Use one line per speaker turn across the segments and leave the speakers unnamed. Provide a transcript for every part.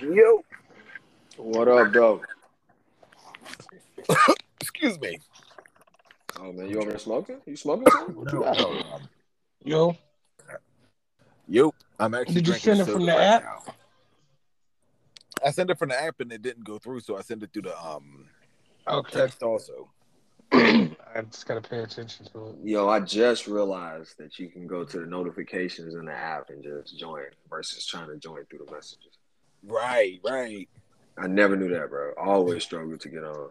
Yo,
What up, though?
excuse me.
Oh man, you over there smoking? You smoking? something? What you got on?
Yo,
um, Yo, I'm actually.
Did you
drinking
send it from
soda
the
right
app?
now. I sent it from the app and it didn't go through, so I sent it through the um
okay.
text also.
I just gotta pay attention to it.
Yo, I just realized that you can go to the notifications in the app and just join versus trying to join through the messages.
Right, right.
I never knew that, bro. I always struggle to get on.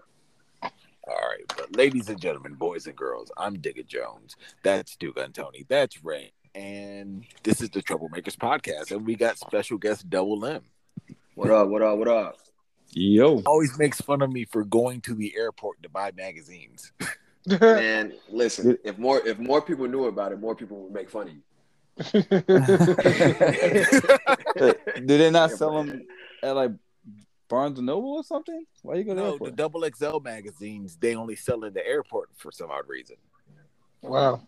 All right, but ladies and gentlemen, boys and girls, I'm Digga Jones. That's Duke Antoni. That's Ray, and this is the Troublemakers podcast, and we got special guest Double M.
What up? What up? What up?
Yo.
Always makes fun of me for going to the airport to buy magazines.
Man, listen. If more if more people knew about it, more people would make fun of you.
Do they not sell them at like Barnes and Noble or something? Why you go there
No,
for?
the double XL magazines they only sell in the airport for some odd reason.
wow.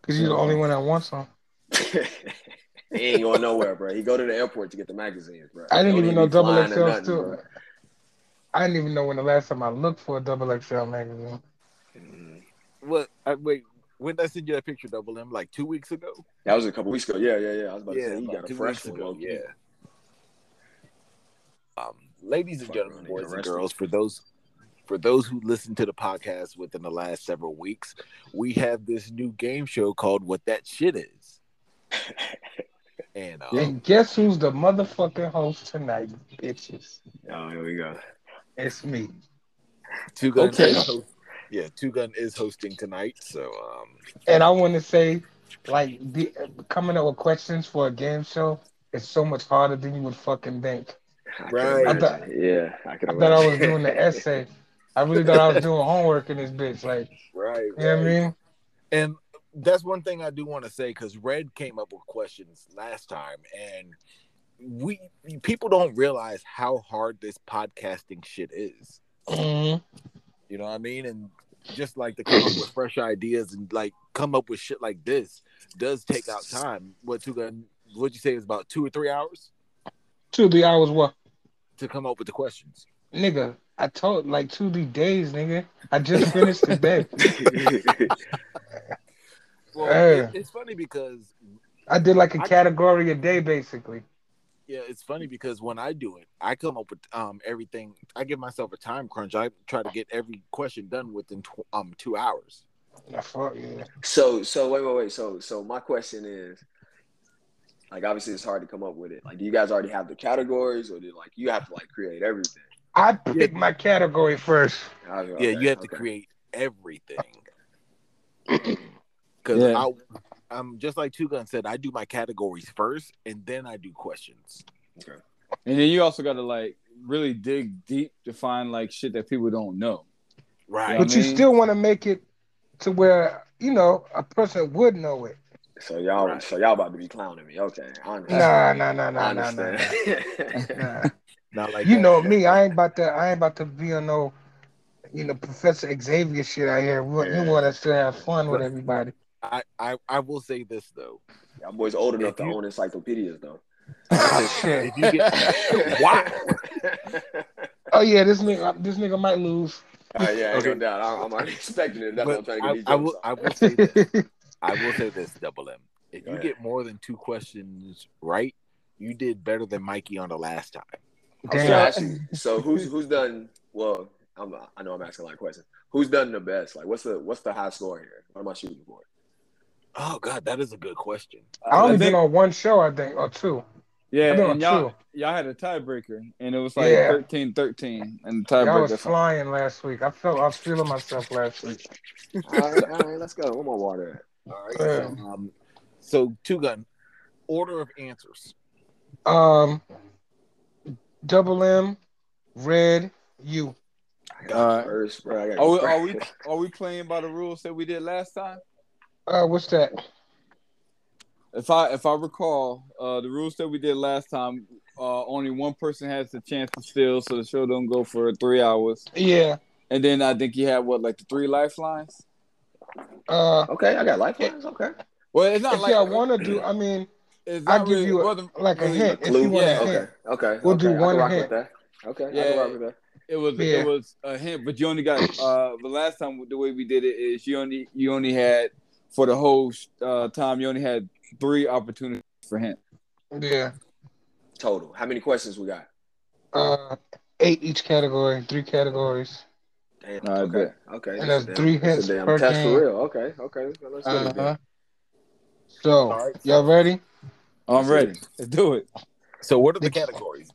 Because you're the only one that wants them.
he ain't going nowhere, bro. He go to the airport to get the magazines, bro.
I didn't
Don't
even know
be
double
flying or
XL
nothing,
still.
bro.
I didn't even know when the last time I looked for a double XL magazine.
Mhm.
What? I, wait, when did I send you that picture, Double M? Like two weeks ago?
That was a couple weeks ago. Yeah, yeah, yeah. I was about to say he
about
got a
two
fresh
weeks
one.
ago,
low-key.
Yeah. Um, ladies and
Fuck,
gentlemen,
man,
boys and
arrested.
girls, for those for those who listened to the podcast within the last several weeks, we have this new game show called "What That Shit Is," and um,
And guess who's the motherfucking host tonight, bitches?
Oh, here we go.
It's me.
Two Gun
Okay.
is ho- yeah, Two Gun is hosting tonight, so um,
And I want to say, like, be, coming up with questions for a game show is so much harder than you would fucking think.
I can
Right.
I thought-
imagine. yeah, I can
I thought I was
imagine.
doing the essay. I really thought I was doing homework in this bitch. Like,
right,
you know
right.
what I mean?
And that's one thing I do want to say because Red came up with questions last time, and we people don't realize how hard this podcasting shit is.
Mhm.
You know what I mean? And just like to come up with fresh ideas and like come up with shit like this does take out time. What two gun? What'd you say is about two or three hours
Two D hours what?
to come up with the questions?
Nigga, I told like two D days, nigga. I just finished today.
Well,
Yeah.
it- it's funny because
I did like a
I-
category a day basically.
Yeah, it's funny because when I do it, I come up with um everything. I give myself a time crunch. I try to get every question done within tw- um two hours.
I fuck yeah.
so, so wait, wait, wait. So, so my question is, like, obviously it's hard to come up with it. Like, do you guys already have the categories, or do like you have to like create everything?
I picked my category first.
I-
yeah,
okay,
you have to
okay.
create everything. Because
Yeah.
I, um, just like Two Gun said, I do my categories first, and then I do questions.
And then you also gotta like really dig deep to find like shit that people don't know.
Right.
I
But you
mean-
still wanna make it to where, you know, a person would know it.
So y'all, all
Right.
so y'all about to be clowning me? Okay, I understand.
Nah, nah, nah,
I
nah, nah, nah.
understand.
nah.
Not like
You
that.
know me, I ain't about to I ain't about to be on no you know, Professor Xavier shit out here. We,
Yeah.
we want us to have fun with everybody.
I, I I will say this though.
y'all boys old enough
If
to
you-
own encyclopedias, though. Oh,
Shit.
If you get Wow.
Oh yeah, this nigga, this nigga might lose.
Uh, yeah, ain't no
Okay.
doubt. I, I'm already expecting it. That's what I'm
but
trying to get
I, I
you.
will I will say this.
That's
I will say this, Double M. If
Go
you
ahead.
get more than two questions right, you did better than Mikey on the last time.
So,
Damn.
actually, so who's who's done? Well, I'm, I know I'm asking a lot of questions. Who's done the best? Like, what's the what's the high score here? What am I shooting for?
Oh God, that is a good question.
I only
I
been
think-
on one show, I think, or two.
Yeah,
I've been on
and y'all
two.
y'all had a tiebreaker and it was like
Yeah.
thirteen thirteen 13 and the
I was
tiebreaker.
flying last week. I felt I was feeling myself last week.
all right, all right, let's go. One more water.
All right.
Yeah.
So, um, so two gun order of answers.
Um, double M, red, you.
I got
Uh,
All right.
first, bro. I got
Are we,
first.
are we are we playing by the rules that we did last time?
Uh, what's that?
If I if I recall, uh, the rules that we did last time, uh, only one person has the chance to steal, so the show don't go for three hours.
Yeah.
And then I think you had what like the three lifelines.
Uh,
Okay, I got lifelines. Okay.
Well, it's not
if
like
y'all want to do, I mean,
It's
I'll
not
give you a-
wasn't
like a
really
hint. If you
Clue?
want
Yeah.
a hint,
Okay. Okay.
We'll do
okay. I can
one
rock
hint.
with that. Okay. I
Yeah.
can rock with that.
It was
Yeah.
it was a hint, but you only got uh the last time the way we did it is you only you only had for the whole uh time you only had three opportunities for hint.
yeah.
Total. How many questions we got?
Uh, eight each category, three categories.
Damn.
I
okay. Okay.
And
that's
that's
a damn-
three
that's a
hits
damn
per
test
game.
for real. Okay. Okay. Let's do
Uh
it. then.
huh. So,
All right.
y'all ready?
I'm ready. Let's do it.
So what are the categories?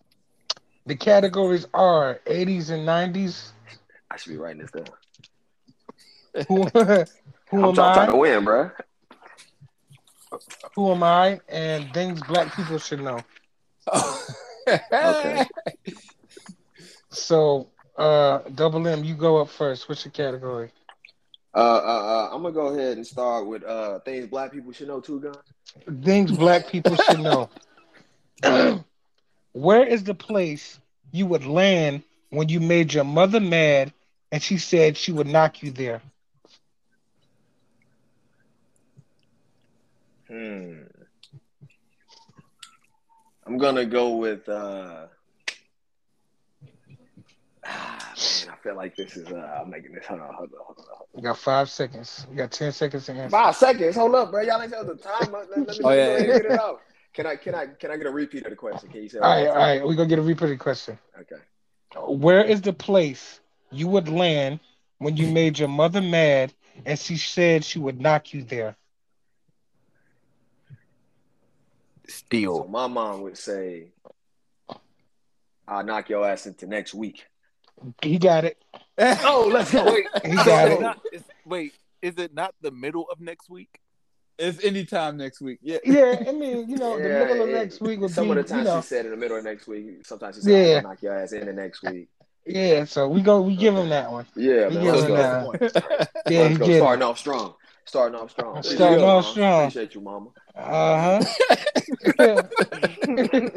The categories are 80s and 90s.
I should be writing this down.
Who, who
I'm
am
try- trying to
I?
win, bro.
Who am I? And things black people should know.
Okay.
So, uh, Double M, you go up first. What's your category?
Uh, uh, uh, I'm gonna go ahead and start with uh things black people should know too, guys.
Things black people should know. Where is the place you would land when you made your mother mad and she said she would knock you there?
Hmm. I'm gonna go with. uh ah, Man, I feel like this is. Uh, I'm making this. Hold on, hold on, hold on. hold
You got five seconds. You got 10 seconds to
on.
answer.
Five seconds. Hold up, bro. Y'all ain't tell the time. Let, let me just
Oh,
go
yeah.
ahead and get it out. Can I? Can I? Can I get a repeat of the question? Can you say? it
All right,
one
all
more
right. We're going to get a repeat question.
time? Okay.
Where is the place you would land when you made your mother mad and she said she would knock you there?
So
Steel.
my mom would say, "I'll knock your ass into next week."
He got it.
Oh, let's go.
He got
Is
it.
it not- is- wait, is it not the middle of next week?
It's anytime next week. Yeah.
Yeah, I mean, you know, the
Yeah,
middle of
it-
next week would
Some
be,
of the times
you know,
she said in the middle of next week. Sometimes she said,
Yeah.
"I'll knock your ass in the next week."
yeah. So we go, we give him that one.
Yeah,
We
man.
give
Let's
What's
him
go.
that one. Yeah, he
Let's go.
did.
Starting off strong. Starting off strong. Appreciate
Starting
you,
off
Mama.
strong.
Appreciate you, mama.
Uh huh. Uh-huh.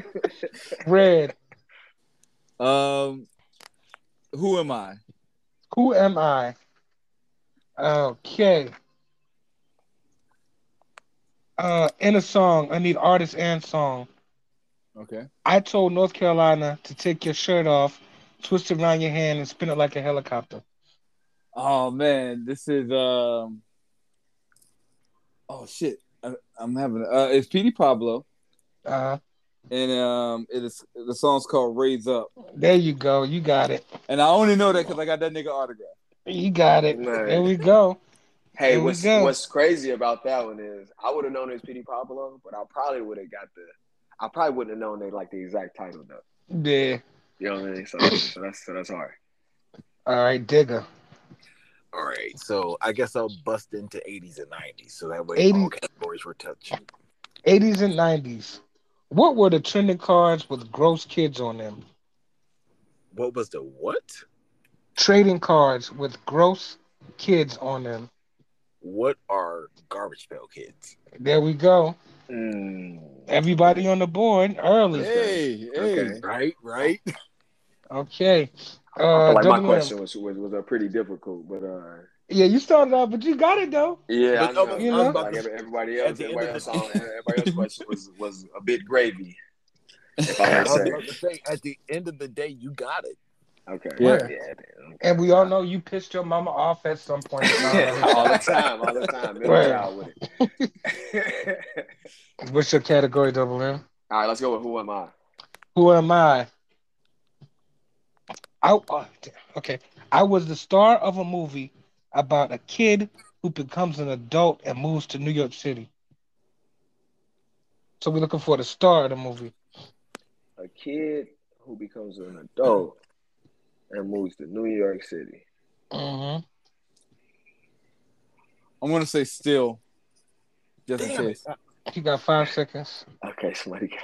Red.
Um who am I?
Who am I? Okay. Uh, in a song, I need artist and song.
Okay.
I told North Carolina to take your shirt off, twist it around your hand, and spin it like a helicopter.
Oh man, this is um Oh shit. I, I'm having uh it's Petey Pablo
Uh,
and um it is the song's called Raise Up.
there you go. You got it.
And I only know that because I got that nigga autograph.
You got it.
Nice.
There we go.
Hey,
Here we
what's
go.
what's crazy about that one is I would have known it was P.D. Pablo, but I probably would have got the. I probably wouldn't have known they like the exact title though.
Yeah.
You know what I mean? So, so that's so that's hard.
All right, Digger.
All right, so I guess I'll bust into 80s and 90s, so that way
80s.
all categories were touched.
80s and 90s. What were the trending cards with gross kids on them?
What was the what?
Trading cards with gross kids on them.
What are Garbage Pail Kids?
There we go.
Mm.
Everybody on the board early.
Hey, hey.
Okay.
Right, right.
Okay.
I
Uh,
feel like my
WM.
question was was was uh, pretty difficult, but uh,
Yeah, you started out, but you got it though.
yeah,
But,
I
uh,
know,
you
I
know?
feel like every- everybody
At
else,
the end
everybody
of
else,
the-
on- everybody else's question was was a bit gravy. If
I
I may
was
say.
about to say, at the end of the day, you got it.
Okay.
Yeah.
yeah.
And we all know you pissed your mama off at some point.
all the time, all the time. Middle
Right.
child with it.
What's your category, Double M?
all right, let's go with who am I?
Who am I? I oh, damn. okay. I was the star of a movie about a kid who becomes an adult and moves to New York City. So we're looking for the star of the movie.
A kid who becomes an adult and moves to New York City.
Mm-hmm.
I'm gonna say still. Just in
Damn it.
case.
You got five seconds.
Okay, somebody got.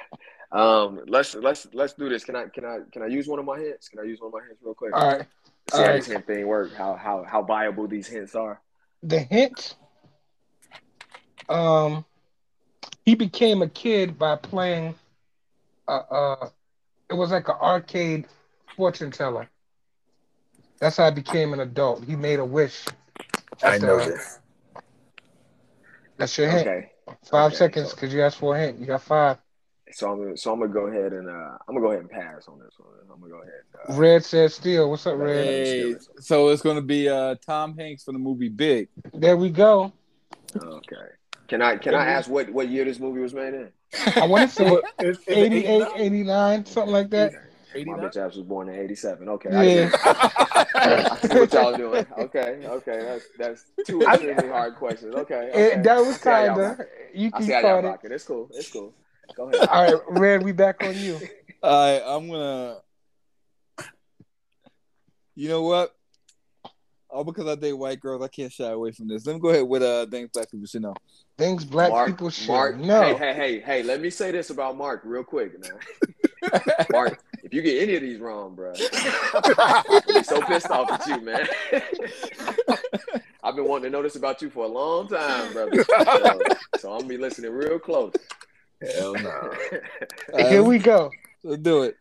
Um, let's let's let's do this. Can I can I can I use one of my hints? Can I use one of my hints real quick?
All right.
See
all
how
right.
this hint thing work. How how how viable these hints are.
The hint. Um, he became a kid by playing. Uh, uh, it was like an arcade fortune teller. That's how I became an adult. He made a wish.
I
That's
know
the-
this.
That's your hint.
Okay.
Five
Okay,
seconds
so-
because you asked for a hint. You got five.
So I'm gonna, so I'm gonna go ahead and uh, I'm gonna go ahead and pass on this one. I'm gonna go ahead. Uh,
Red said steel. What's up, Red?
Hey, so it's gonna be uh, Tom Hanks from the movie Big.
There we go.
okay. Can I can I ask what what year this movie was made in?
I want to say
Is- is it
88,
89?
89, something like that.
My
89?
bitch ass was born in '87. Okay. I
Yeah.
see- I see what y'all doing? Okay, okay, that's that's two
I-
extremely hard questions. Okay, okay.
It- that was
I see how y'all
kinda.
rock-
You
I
can
see how y'all
start it.
rocking. It's cool. It's cool. Go ahead.
All right, Red, we back on you.
All right, I'm gonna. You know what? All because I date white girls, I can't shy away from this. Let me go ahead with uh, things black people should know.
Things black
Mark,
people should
Mark,
know.
Hey, hey, hey, hey, let me say this about Mark real quick, man. Mark, if you get any of these wrong, bro, I'll be so pissed off at you, man. I've been wanting to know this about you for a long time, brother. So, so I'm gonna be listening real close.
Hell no.
All right,
Here we go.
let's do it.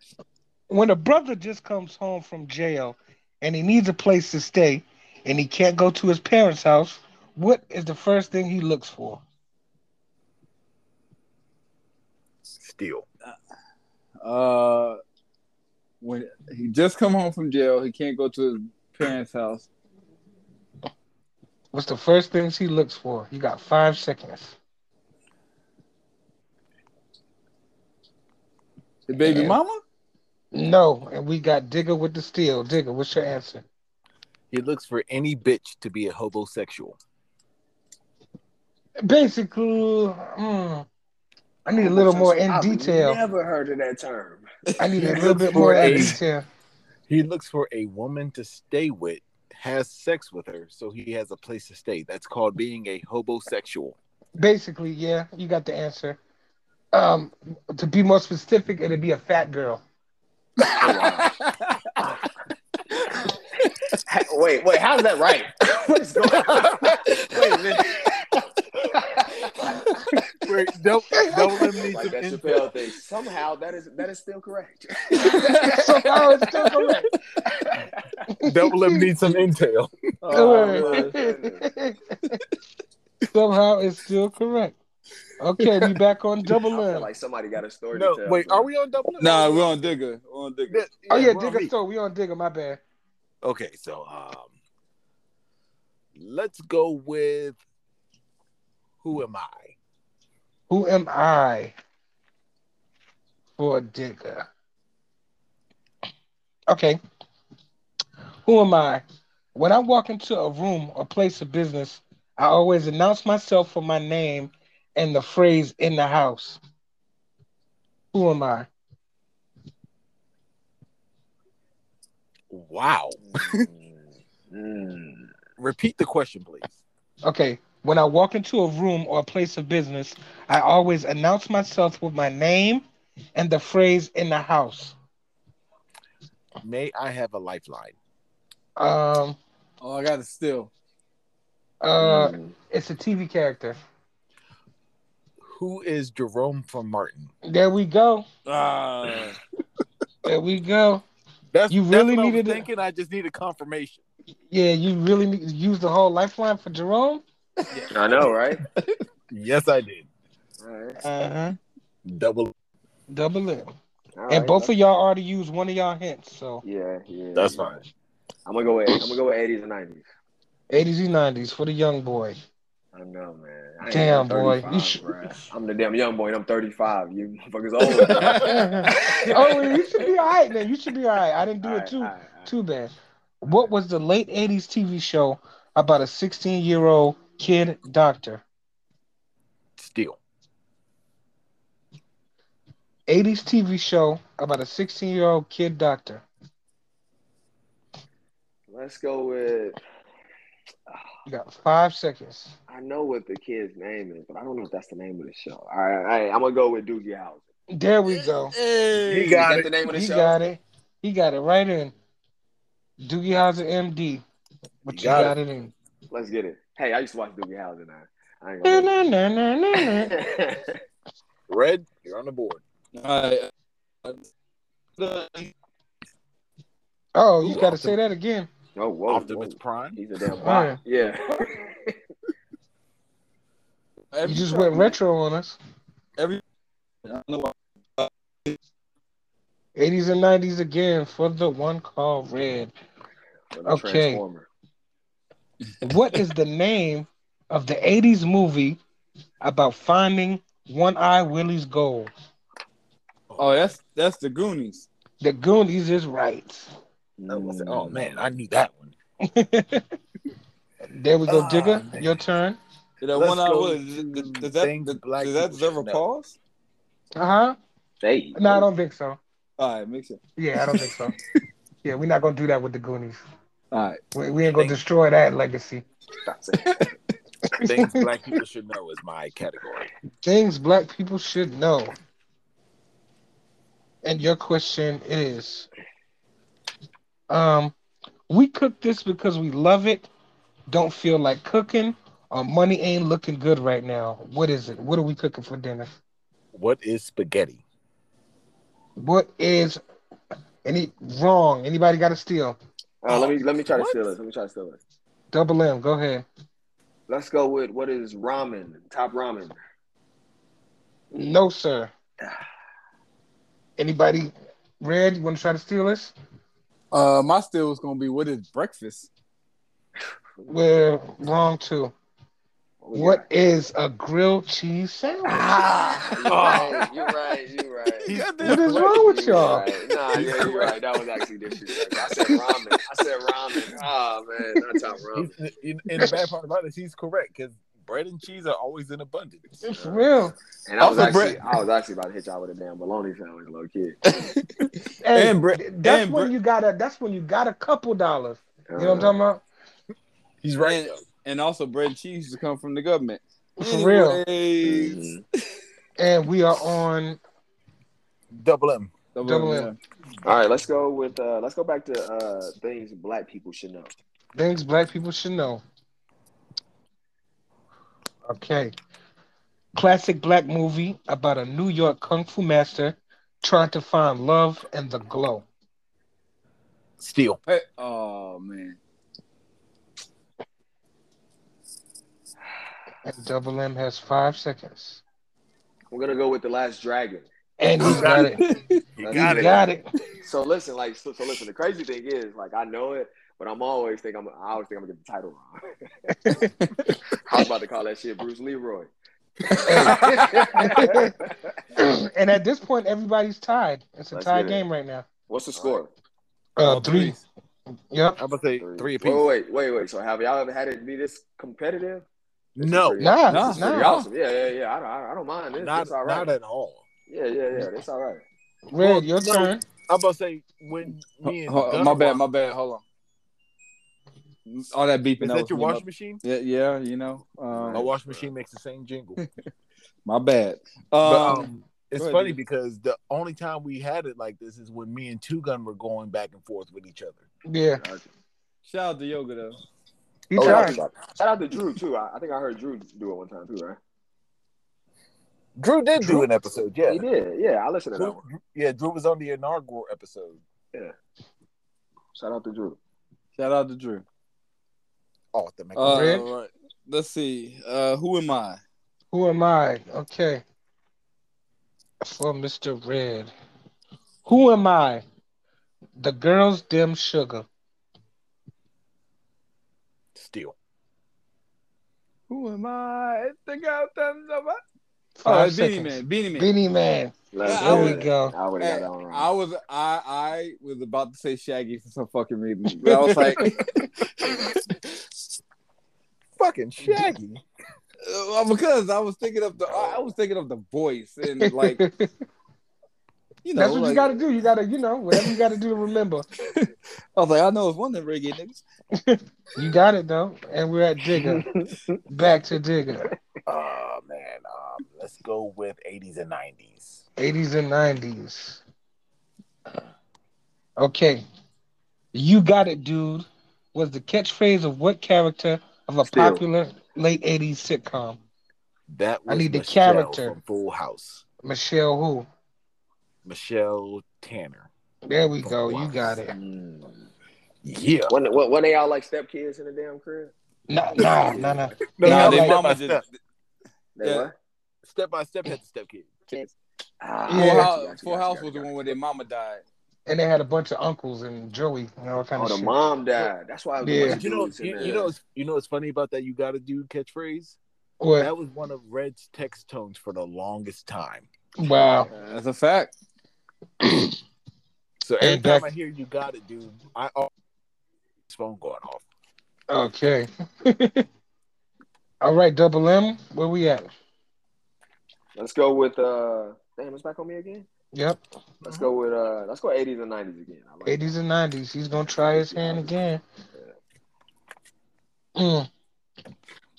When a brother just comes home from jail and he needs a place to stay and he can't go to his parents' house, what is the first thing he looks for?
Steel.
Uh, when he just come home from jail, he can't go to his parents' house.
What's the first things he looks for? You got five seconds.
The baby
Yeah.
mama.
No, and we got Digger with the steel. Digger, what's your answer?
He looks for any bitch to be a homosexual.
Basically, mm, I need a little more in
I've
detail.
Never heard of that term.
I need a
He
little
looks
bit more
for
in
a-
detail.
He looks for a woman to stay with, has sex with her, so he has a place to stay. That's called being a homosexual.
Basically, yeah, you got the answer. Um, to be more specific, it'd be a fat girl.
Ha- Wait, wait, how's that right? What is going on? Wait a minute.
Wait, don't don't let me
Like
some
that
info.
Chappelle thing. Somehow that is that is still correct.
so far, it's still correct.
Don't let me need some intel.
Oh,
Somehow, it's still correct. Okay, we back on
I
double
feel
M.
like somebody got a story
No,
to tell.
wait, are we on double?
nah, we're on digger. We're on digger.
Oh yeah,
we're on
Digger
me.
Store. We on Digger. My bad.
Okay, so um, let's go with who am I?
Who am I for Digger? Okay. Who am I? When I walk into a room or place of business, I always announce myself for my name and the phrase in the house. Who am I?
Wow.
Mm.
Repeat the question, please.
Okay. When I walk into a room or a place of business, I always announce myself with my name and the phrase in the house.
May I have a lifeline?
Um,
Oh, I got it still.
uh, it's a TV character.
Who is Jerome from Martin?
There we go.
Ah.
There we go.
That's
You
that's
really
what I was
needed it?
thinking. I just need a confirmation.
Yeah, you really need to use the whole lifeline for Jerome.
I know, right?
Yes, I did.
All right.
Uh huh.
Double.
Double it.
Uh-huh. All
and
right.
both of y'all already used one of y'all hints. So
Yeah, yeah.
That's fine.
I'm gonna go with I'm gonna go with eighties and nineties.
80s and 90s for the young boy.
I know, man. I ain't
Damn,
even
boy. You
35,
should-
bruh. I'm the damn young boy, and I'm 35. You motherfuckers old.
oh, you should be all right, man. You should be all right. I didn't do
All
it
right,
too.
all right, all right.
Too bad. What was the late 80s TV show about a 16 year old kid doctor?
Steal.
80s TV show about a 16 year old kid doctor.
Let's go with.
You got five seconds.
I know what the kid's name is, but I don't know if that's the name of the show. All right, all right I'm gonna go with Doogie House.
There we go.
Hey.
He got
Is that
it.
the name of the
He
show?
got it. He got it right in. Doogie Howser, MD. But you,
You
got,
got
it in.
Let's get it. Hey, I used to watch Doogie House, and I, I ain't gonna.
Na-na-na-na-na.
lie.
Red, you're on the board.
All right.
Oh, you
Ooh,
got to
Optimus.
say that again.
oh, whoa, whoa.
Optimus Prime.
He's a damn
All right.
bot. Yeah.
You
Every
just
time-
went retro on us.
Every I don't know why.
80s and 90s again for the one called Red.
From the
Okay.
Transformer.
What is the name of the 80s movie about finding One Eye Willie's gold?
Oh, that's that's the Goonies.
The Goonies is right.
I was like, oh man, I knew that one.
there we go,
Ah,
Digger.
man.
Your turn.
That
Let's
one I
go
was.
to
Does, does that
things
does,
black
does that
people
deserve a
should know.
pause?
Uh huh.
Hey,
No, I don't think so.
All right, make sure.
Yeah, I don't think so. yeah, we're not gonna do that with the Goonies.
All right,
We, we ain't gonna destroy that legacy.
stop saying
Things black people should know is my category.
Things black people should know. And your question is um we cook this because we love it, don't feel like cooking, or money ain't looking good right now. What is it? What are we cooking for dinner?
What is spaghetti?
What is any wrong? Anybody got to steal?
Uh, let me let me try to
What?
steal this. Let me try to steal this.
Double M, go ahead.
Let's go with what is ramen? Top ramen.
No, sir. Anybody? Red, you want to try to steal this?
uh, my steal was gonna be what is breakfast?
We're wrong too.
we
What
got? Ah.
is a grilled cheese sandwich? Ah!
You're right.
Oh,
Oh, You're right. You're right.
What is wrong with
You're
y'all?
Right. Nah, yeah, you're right. That was actually disrespectful. I said ramen. I said ramen. Oh man, not top ramen.
He's- in- in the bad part about it, he's correct because bread and cheese are always in abundance.
It's real.
And I was
Also,
actually I was actually about to hit y'all with a damn bologna sandwich, little kid.
Hey,
And bre-
that's
and
when
bre-
you got a. That's when you got a couple dollars. You know what
Uh.
I'm talking about?
He's right.
And, and also bread and cheese used to come from the government.
For real.
Anyways.
Mm-hmm.
And we are on.
Double M.
Double
M.
All right, let's go with uh let's go back to uh things black people should know.
Things black people should know. Okay. Classic black movie about a New York kung fu master trying to find love and the glow.
Steel.
Hey, oh man,
And Double M has five seconds.
We're gonna go with the last dragon.
And he got it.
He
That's-
He
got it.
got it.
So listen, like so, so listen, the crazy thing is, like I know it, but I'm always think I'm I always think I'm gonna get the title wrong. I was about to call that shit Bruce Leroy.
and at this point, everybody's tied. It's a
Let's
tie
get it.
game right now.
What's the score?
Uh,
Oh,
three.
please.
Yep.
I'm gonna say three
Wait,
apiece.
wait, wait, wait. So have y'all ever had it be this competitive?
No,
Pretty-
Nah,
Nah,
this is pretty
nah.
awesome. Yeah, yeah, yeah. I don't, I don't mind this.
not,
it's all right.
not at all.
yeah, yeah, yeah. It's all right.
Red, your
no.
turn.
I'm gonna say when me and
Ho- ho-
Gunn
Oh, my bad,
wa-
my bad. Hold on. All that beeping.
Is
that was
that your
me,
washing
my-
machine?
Yeah, yeah, you know, um,
My washing machine makes the same jingle.
my bad. Um,
But, um, it's
go ahead,
funny
dude.
because the only time we had it like this is when me and Two Gun were going back and forth with each other.
Yeah.
shout out to Yoga though.
He
Oh,
tried.
shout out to Drew too. I, I think I heard Drew do it one time too, right?
Drew did
Drew-
do an episode, yeah.
He did. Yeah, I listened to that
Drew,
one.
yeah, Drew was on the inaugural episode.
Shout out to Drew.
Shout out to Drew.
Oh, that makes
Uh,
Red?
all right. Let's see. Uh, who am I?
Who am I? Okay. For Mr. Red. Who am I? The girl's dim sugar.
Steel.
Who am I? It's the guy from the- Oh,
Five
it's Beanie
seconds.
Man. Beanie Man.
Beanie Man.
Let's
Yeah, I
There we
would-
go.
I would have got
Hey,
that one
I
wrong.
was I I was about to say Shaggy for some fucking reason. But I was like,
Fucking Shaggy.
uh, because I was thinking of the I was thinking of the voice and like you know
That's what
like,
you gotta do. You gotta, you know, whatever you gotta do to remember.
I was like I know it's one of them reggae niggas.
You got it though. And we're at Digger. Back to Digger.
Oh man, um, let's go with 80s and 90s.
80s and 90s. Okay. You got it, dude, was the catchphrase of what character of a
Still.
popular late 80s sitcom?
That
I
was
need the
Michelle
character.
from Full House.
Michelle who?
Michelle Tanner.
There we go. You got it.
Mm.
Yeah.
When, when, when they all like stepkids in the damn crib?
Nah, nah, nah, nah.
No,
Nah,
no,
they
step
mama
by
just-
step.
They
Yeah.
what?
Step by step had the step kid.
Ah,
Yeah.
Full
I
House,
got you, I got
Full
you, I
House
got
was the
you.
one where their mama died.
and they had a bunch of uncles and Joey and all kind
Oh,
of
the
shit.
mom died. That's why I was
Yeah.
yeah.
You know, you, you know, what's- you know what's funny about that? You got to do catchphrase.
What?
That was one of Red's text tones for the longest time.
Wow.
Uh,
That's a fact.
So every
And
time
back-
I hear you got it, dude, I always phone going off.
Okay. all right, Double M, where we at?
Let's go with uh damn, it's back on me again.
Yep.
Let's go with uh let's go eighties and nineties again. I like it.
80s and 90s. He's going to try his hand again. Mm.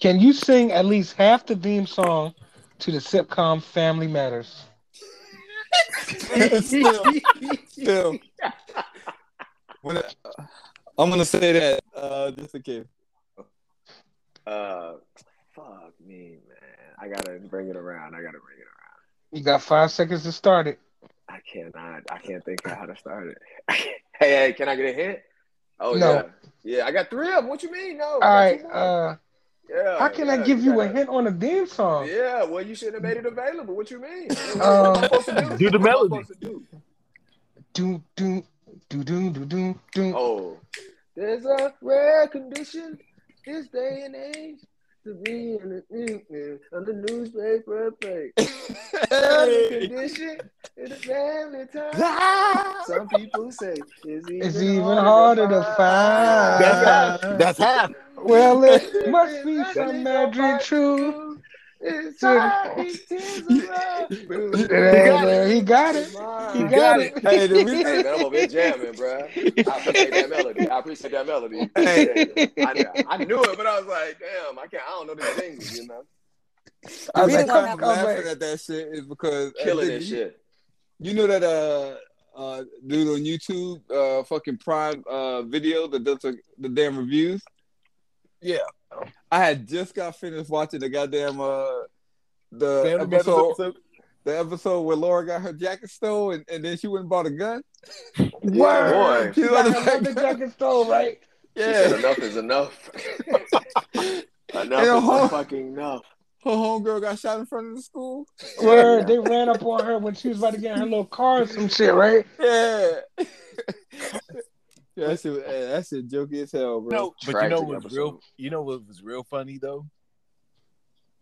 Can you sing at least half the theme song to the sitcom Family Matters?
still, still. When I, am gonna say that uh, just in case.
Uh fuck me, man. I gotta bring it around. I gotta bring it around.
You got five seconds to start it.
I cannot I can't think of how to start it. hey, hey, can I get a hint? Oh
No.
yeah. Yeah, I got three of them. What Oh, you mean? No. I
All
got
right.
two more.
Uh,
yeah,
how can
yeah,
I give you a
gotta-
hint on a theme song?
Yeah, well, you shouldn't have made it available. What you mean?
Um,
What am I supposed to
Do the
What am I
melody.
supposed to do?
Do, do, do, do, do, do, do.
Oh, there's a rare condition this day and age to be in the evening on the newspaper page. Rare condition is a family time. Some people say it's even,
It's even harder to find.
That's half. That's half.
Well, it must be
That's
some
it.
magic truth.
It's
Dude.
time it is
He
around.
got
got, he got it. He
Tomorrow.
got
got
it.
it.
Hey, the reason-
Hey, man, I'm over here jamming, bro. I appreciate that melody. I appreciate that melody. Appreciate it. I, I knew it, but I was like, damn, I can't. I don't know this thing, you know.
I was
The reason
like,
why
I
I'm
was
laughing
like,
at that shit is because uh,
Killing
nigga,
this
you-
shit.
You know that uh, uh, dude on YouTube, uh, fucking Prime uh, video that does the, the damn reviews.
Yeah.
I had just got finished watching the goddamn uh, the
Family Matters
episode,
episode.
the episode where Laura got her jacket stolen and, and then she went and bought a gun.
Yeah, boy.
She
you got
was
a leather
like,
jacket stole, right?
She
yeah.
said enough is enough. enough
Hell, huh?
is fucking enough.
Her homegirl got shot in front of the school.
Where they ran up on her when she was about to get in her little car or some shit, right?
Yeah. yeah that shit, was- eh, that shit jokey as hell, bro.
No, but you know
Tragic
what was
episode.
real? You know what was real funny though?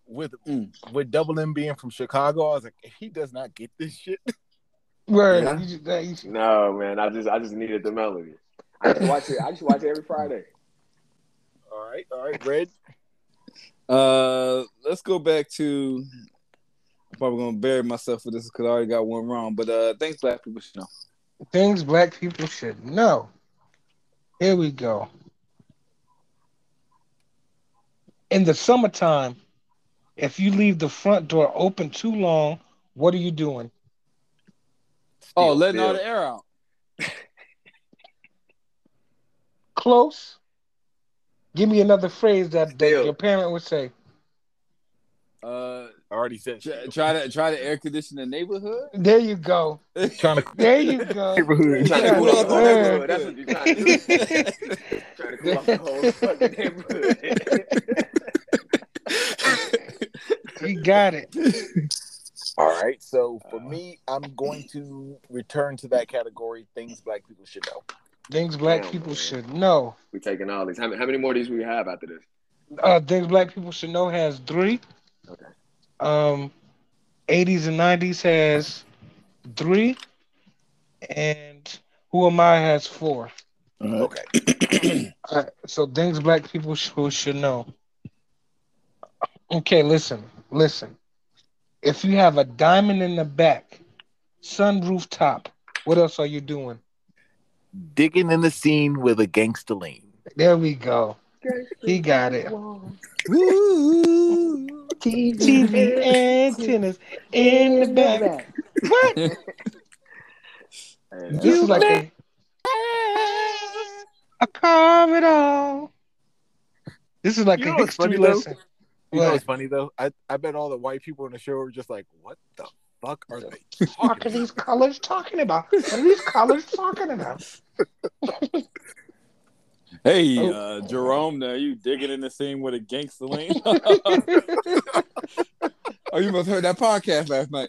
With
Mm.
with Double M being from Chicago, I was like, if he does not get this shit,
Where
Yeah.
you just, that- you-
No, man. I just I just needed the melody. I just watch it. I just watch it every Friday.
all right, all right, Red.
Uh, let's go back to. I'm probably gonna bury myself for this because I already got one wrong. But uh, thanks, black people. Should know.
things black people should know. Here we go. In the summertime, if you leave the front door open too long, what are you doing?
Oh,
Steal,
letting all
steal.
the air out.
Close. Give me another phrase that, that
Still.
your parent would say.
Uh,
I already said
try, try to try to air condition the neighborhood.
There you go.
trying to
There you go.
neighborhood.
Trying to cool off the whole
Yeah.
neighborhood. That's what you're trying to do. Trying to cool off the whole fucking neighborhood.
You got it.
All right, so for me, I'm going to return to that category. Things black people should know.
Things black
Damn,
people
man.
should know.
we taking all these. How, many- how many more of these we have after this?
Uh, things black people should know has three.
Okay.
Um, 80s and 90s has three, and Who Am I has four.
Okay.
Uh, so things black people should, should know. Okay, listen, listen. If you have a diamond in the back, sunroof top, what else are you doing?
Digging in the scene with a gangster lean.
There we go. He got it.
Woo!
TV antennas in the back. What?
Hey,
This is like a, a car at all. This is like
You
a
know what's funny,
history
though?
lesson.
You know
What?
what's funny though? I, I bet all the white people in the show were just like, "What the fuck are they?"
What are these colors talking about? What are these colors talking about?
Hey, uh,
Oh.
Jerome, now you digging in the scene with a gangster lean? Oh, you must have heard that podcast last night.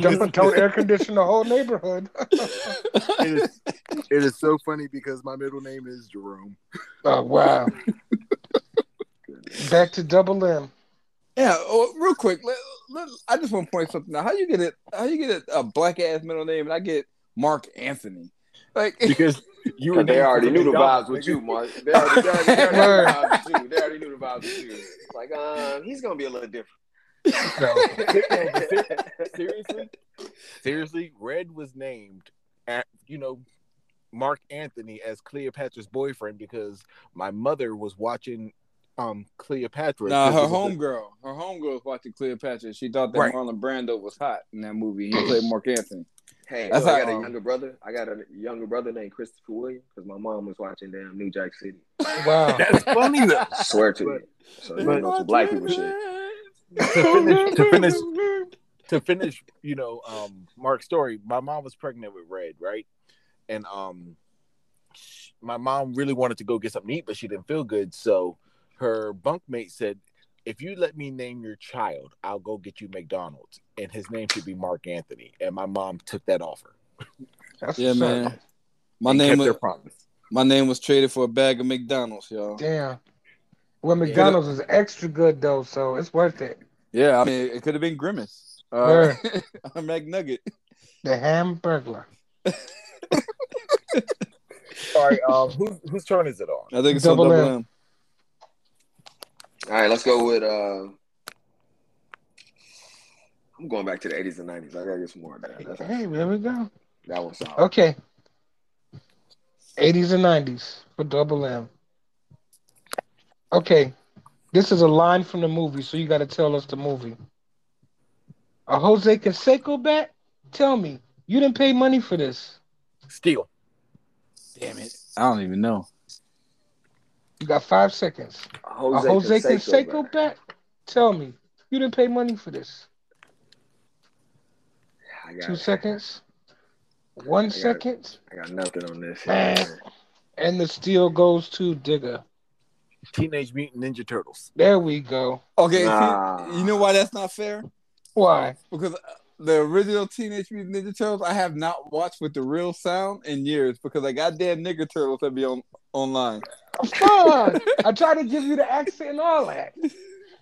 Don't, don't air condition the whole neighborhood.
It is, it is so funny because my middle name is Jerome.
Oh wow. Back to double M.
Yeah, oh, real quick, let, let, I just want to point something out. How you get it? How you get a, a black ass middle name, and I get Mark Anthony? Like,
Because you were
They
named
already
for
knew the vibes
McDonald's,
with
nigga.
you, Mark. They already, they already, they already knew the vibes with you. They already knew the vibes with you. Like, um, he's gonna be a little
No.
different.
Seriously, seriously, Red was named, at, you know, Mark Anthony as Cleopatra's boyfriend because my mother was watching um Cleopatra.
nah,
This
her
was the-
homegirl, her homegirl was watching Cleopatra. She thought that
Right.
Marlon Brando was hot in that movie. He played Mark Anthony.
Hey,
That's
so I
how-
got a younger brother. I got a younger brother named Christopher Williams because my mom was watching damn New Jack City.
Wow.
That's funny though.
I swear to you. So you know some black people shit.
finish- to finish- to finish, you know, um, Mark's story. My mom was pregnant with Red, right? And um, sh- my mom really wanted to go get something to eat, but she didn't feel good. So her bunkmate said, "If you let me name your child, I'll go get you McDonald's, and his name should be Mark Anthony." And my mom took that offer.
That's
Yeah,
what's up.
man. My
and
name
kept
was
their promise.
my name was traded for a bag of McDonald's, y'all.
Damn. Well, McDonald's is extra good though, so it's worth it.
Yeah, I mean, it could have been Grimace. Uh,
Word.
a McNugget.
The hamburger.
All right, um, who, whose turn is it on?
I think it's
Double
on double
M.
M.
All right, let's go with. uh I'm going back to the 80s and 90s. I gotta get some more of that. That's-
Hey, there we go.
That one's solid.
Okay. 80s and 90s for Double M. Okay. This is a line from the movie, so you got to tell us the movie. A Jose Canseco bat? Tell me, you didn't pay money for this.
Steal.
Damn it. I don't even know.
You got five seconds. A
Jose,
Uh, Jose
Canseco,
Canseco
man.
bat? Tell me, you didn't pay money for this.
I got,
Two
it.
seconds. One
got it.
second.
I got nothing on this.
Man. And the steal goes to Digger.
Teenage Mutant Ninja Turtles.
There we go.
Okay,
Nah.
see, you know why that's not fair?
Why?
Because uh, the original Teenage Mutant Ninja Turtles I have not watched with the real sound in years because I goddamn nigger turtles that be on online.
Fuck! I try to give you the accent and all that.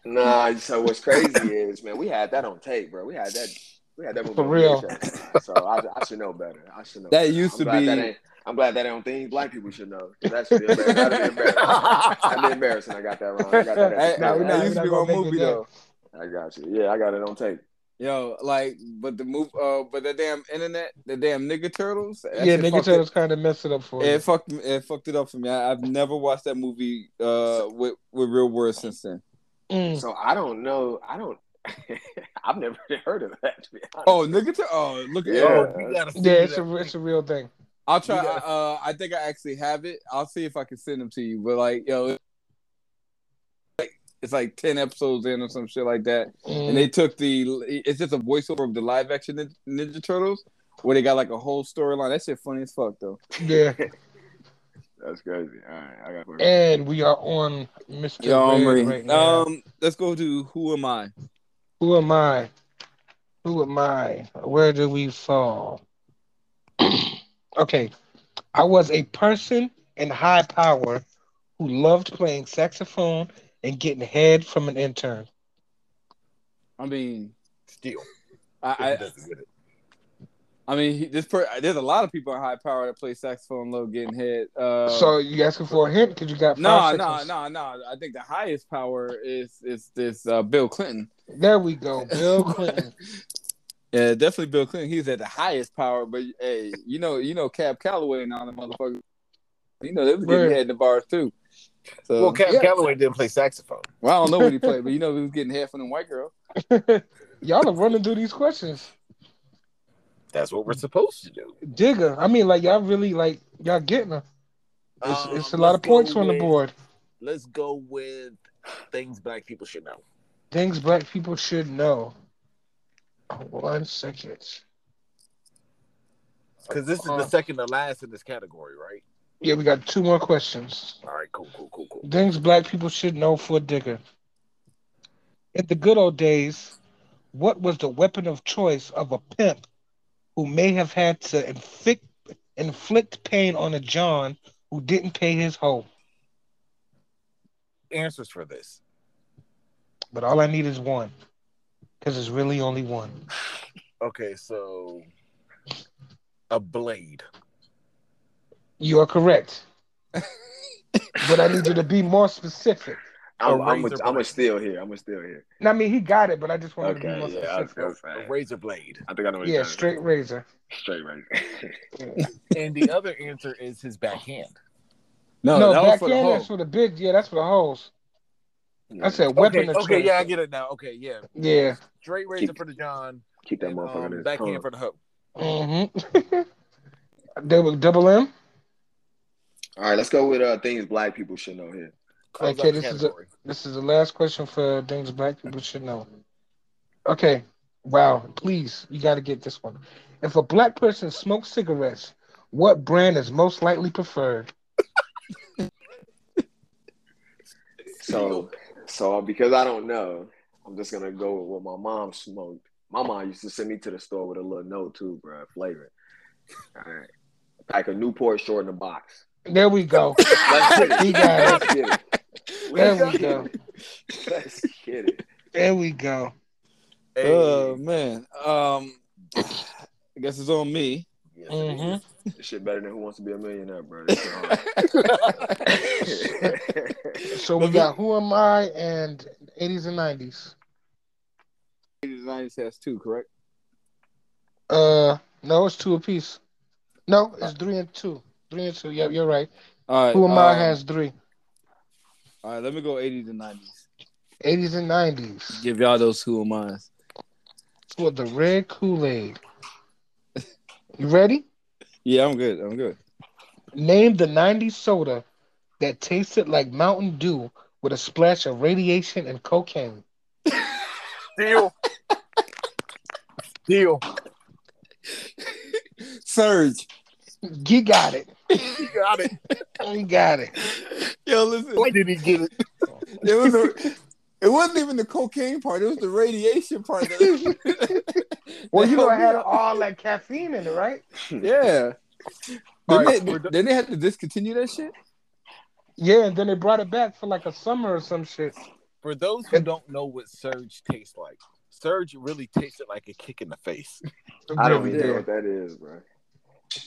Nah, so what's crazy is, man, we had that on tape, bro. We had that. We had that movie
For
on
real.
VHS. So I, I should know better. I should know.
That
better.
used
I'm
to
glad
be-
That ain't, I'm glad that ain't things black people should know. That's that'd be embarrassing. That'd be embarrassing. That'd be embarrassing. I got that wrong. I got that.
Hey,
No, we're
no, that
not-
used
we're
to be
not gonna
one
make
movie
it up.
though.
I got you. Yeah, I got it on tape.
Yo, like, but the move, uh, but the damn internet, the damn nigger turtles. that
yeah,
shit
nigga
fucked
turtles kind of mess it up for
It,
you.
it fucked, it fucked it up for me. I, I've never watched that movie uh with with real words since then. Hmm.
Mm.
So I don't know. I don't. I've never heard of that. To be honest.
Oh, nigger turtle. Oh, look at
Yeah.
yeah.
Oh, you gotta see
Yeah, it's
that.
a it's a real thing.
I'll try.
You gotta-
Uh, I think I actually have it. I'll see if I can send them to you. But like, yo, it's like, it's like ten episodes in or some shit like that, and
Mm.
they took the. It's just a voiceover of the live action Ninja, Ninja Turtles, where they got like a whole storyline. That shit funny as fuck though.
Mm. Yeah,
That's crazy. All right, I got. It.
and we are on Mr.
Yo,
Red
Omri.
right now.
um, let's go to who am I?
Who am I? Who am I? Where do we fall? okay, I was a person in high power who loved playing saxophone and getting head from an intern.
I mean,
Steal.
I, I,
Doesn't get it.
I mean, he- this per- there's a lot of people in high power that play saxophone, love getting hit. Uh,
so you asking for a hint because you got
no,
five
no,
seconds.
no, no. I think the highest power is is this uh, Bill Clinton.
There we go, Bill Clinton.
Yeah, definitely Bill Clinton. He's at the highest power, but hey, you know, you know, Cab Calloway and all the motherfuckers. You know, they was getting
Right.
head in the bars too. So,
Well, Cap
uh, yeah.
Calloway didn't play saxophone.
well, I don't know what he played, but you know, he was getting head from the white girl.
Y'all are running through these questions.
That's what we're supposed to do.
Digger. I mean, like y'all really like y'all getting her. It's,
Um,
it's a lot
let's
of points
go
on the
with-
board.
Let's go with things black people should know.
Things black people should know. One second.
Because this is the
Uh-huh.
second to last in this category, right?
Yeah, we got two more questions.
All right, cool, cool, cool, cool.
Things black people should know for Digger. In the good old days, what was the weapon of choice of a pimp who may have had to inflict, inflict pain on a John who didn't pay his hoe?
Answers for this.
But all I need is one, because it's really only one.
Okay, so a blade.
You are correct. but I need you to be more specific.
I'm,
A
I'm,
razor
a, I'm a
blade.
steal here. I'm a steal here.
And I mean, he got it, but I just
Oh,
want to be
Okay,
more
yeah, I,
specific.
A
I-
razor blade.
I think I know what
Yeah,
you're trying
straight
to
razor.
do. straight razor.
And the other answer is his backhand.
No,
no,
that was
back
for the
in,
hoe.
that's for the big. Yeah, that's for the holes.
Yeah,
I said weapon
Okay,
of
okay,
choice.
yeah, I get it now. Okay, yeah.
Yeah.
Straight razor for the John.
keep that
and,
motherfucker in
um,
his
backhand
tongue.
for the hook.
Mm-hmm. double, double M.
All right, let's go with uh, things black people should know here.
Close
Okay,
out the
this is a-
category.
This is the last question for things black people should know. Okay. Wow. Please, you got to get this one. If a black person smokes cigarettes, what brand is most likely preferred?
So, so uh, because I don't know, I'm just gonna go with what my mom smoked. My mom used to send me to the store with a little note too, bro, flavoring. All right, like a Newport short in a box.
There we go.
Let's get it.
He got
Let's get it.
There we
Let's
go.
get it. Let's get it.
There we go.
Hey.
Oh man. Um, I guess it's on me.
Yes, it
Mm-hmm.
is.
This shit better than Who Wants to Be a Millionaire, bro. This shit hard.
So we got Who Am I and 80s and 90s.
80s, 90s has two, correct?
Uh, no, it's two apiece. No, it's three and two. Three and two. Yep, you're right.
All right.
Who Am I
um,
has three.
All right, let me go 80s and 90s.
80s and 90s.
Give y'all those who am I.
With the red Kool Aid. You ready?
Yeah, I'm good. I'm good.
Name the 90s soda that tasted like Mountain Dew with a splash of radiation and cocaine.
Deal. Deal.
Surge.
You got it.
He got it.
You got it.
Yo, listen.
Why did he get it?
It was a, it wasn't even the cocaine part. It was the radiation part. that-
Well, you know, it
That
had
helped
all that caffeine in it, right?
me out. yeah.
All
Didn't,
right,
they,
we're done.
didn't they have to discontinue that shit?
Yeah, and then they brought it back for like a summer or some shit.
For those who don't know what Surge tastes like, Surge really tasted like a kick in the face.
I don't
Really
even
did.
know what that is, bro.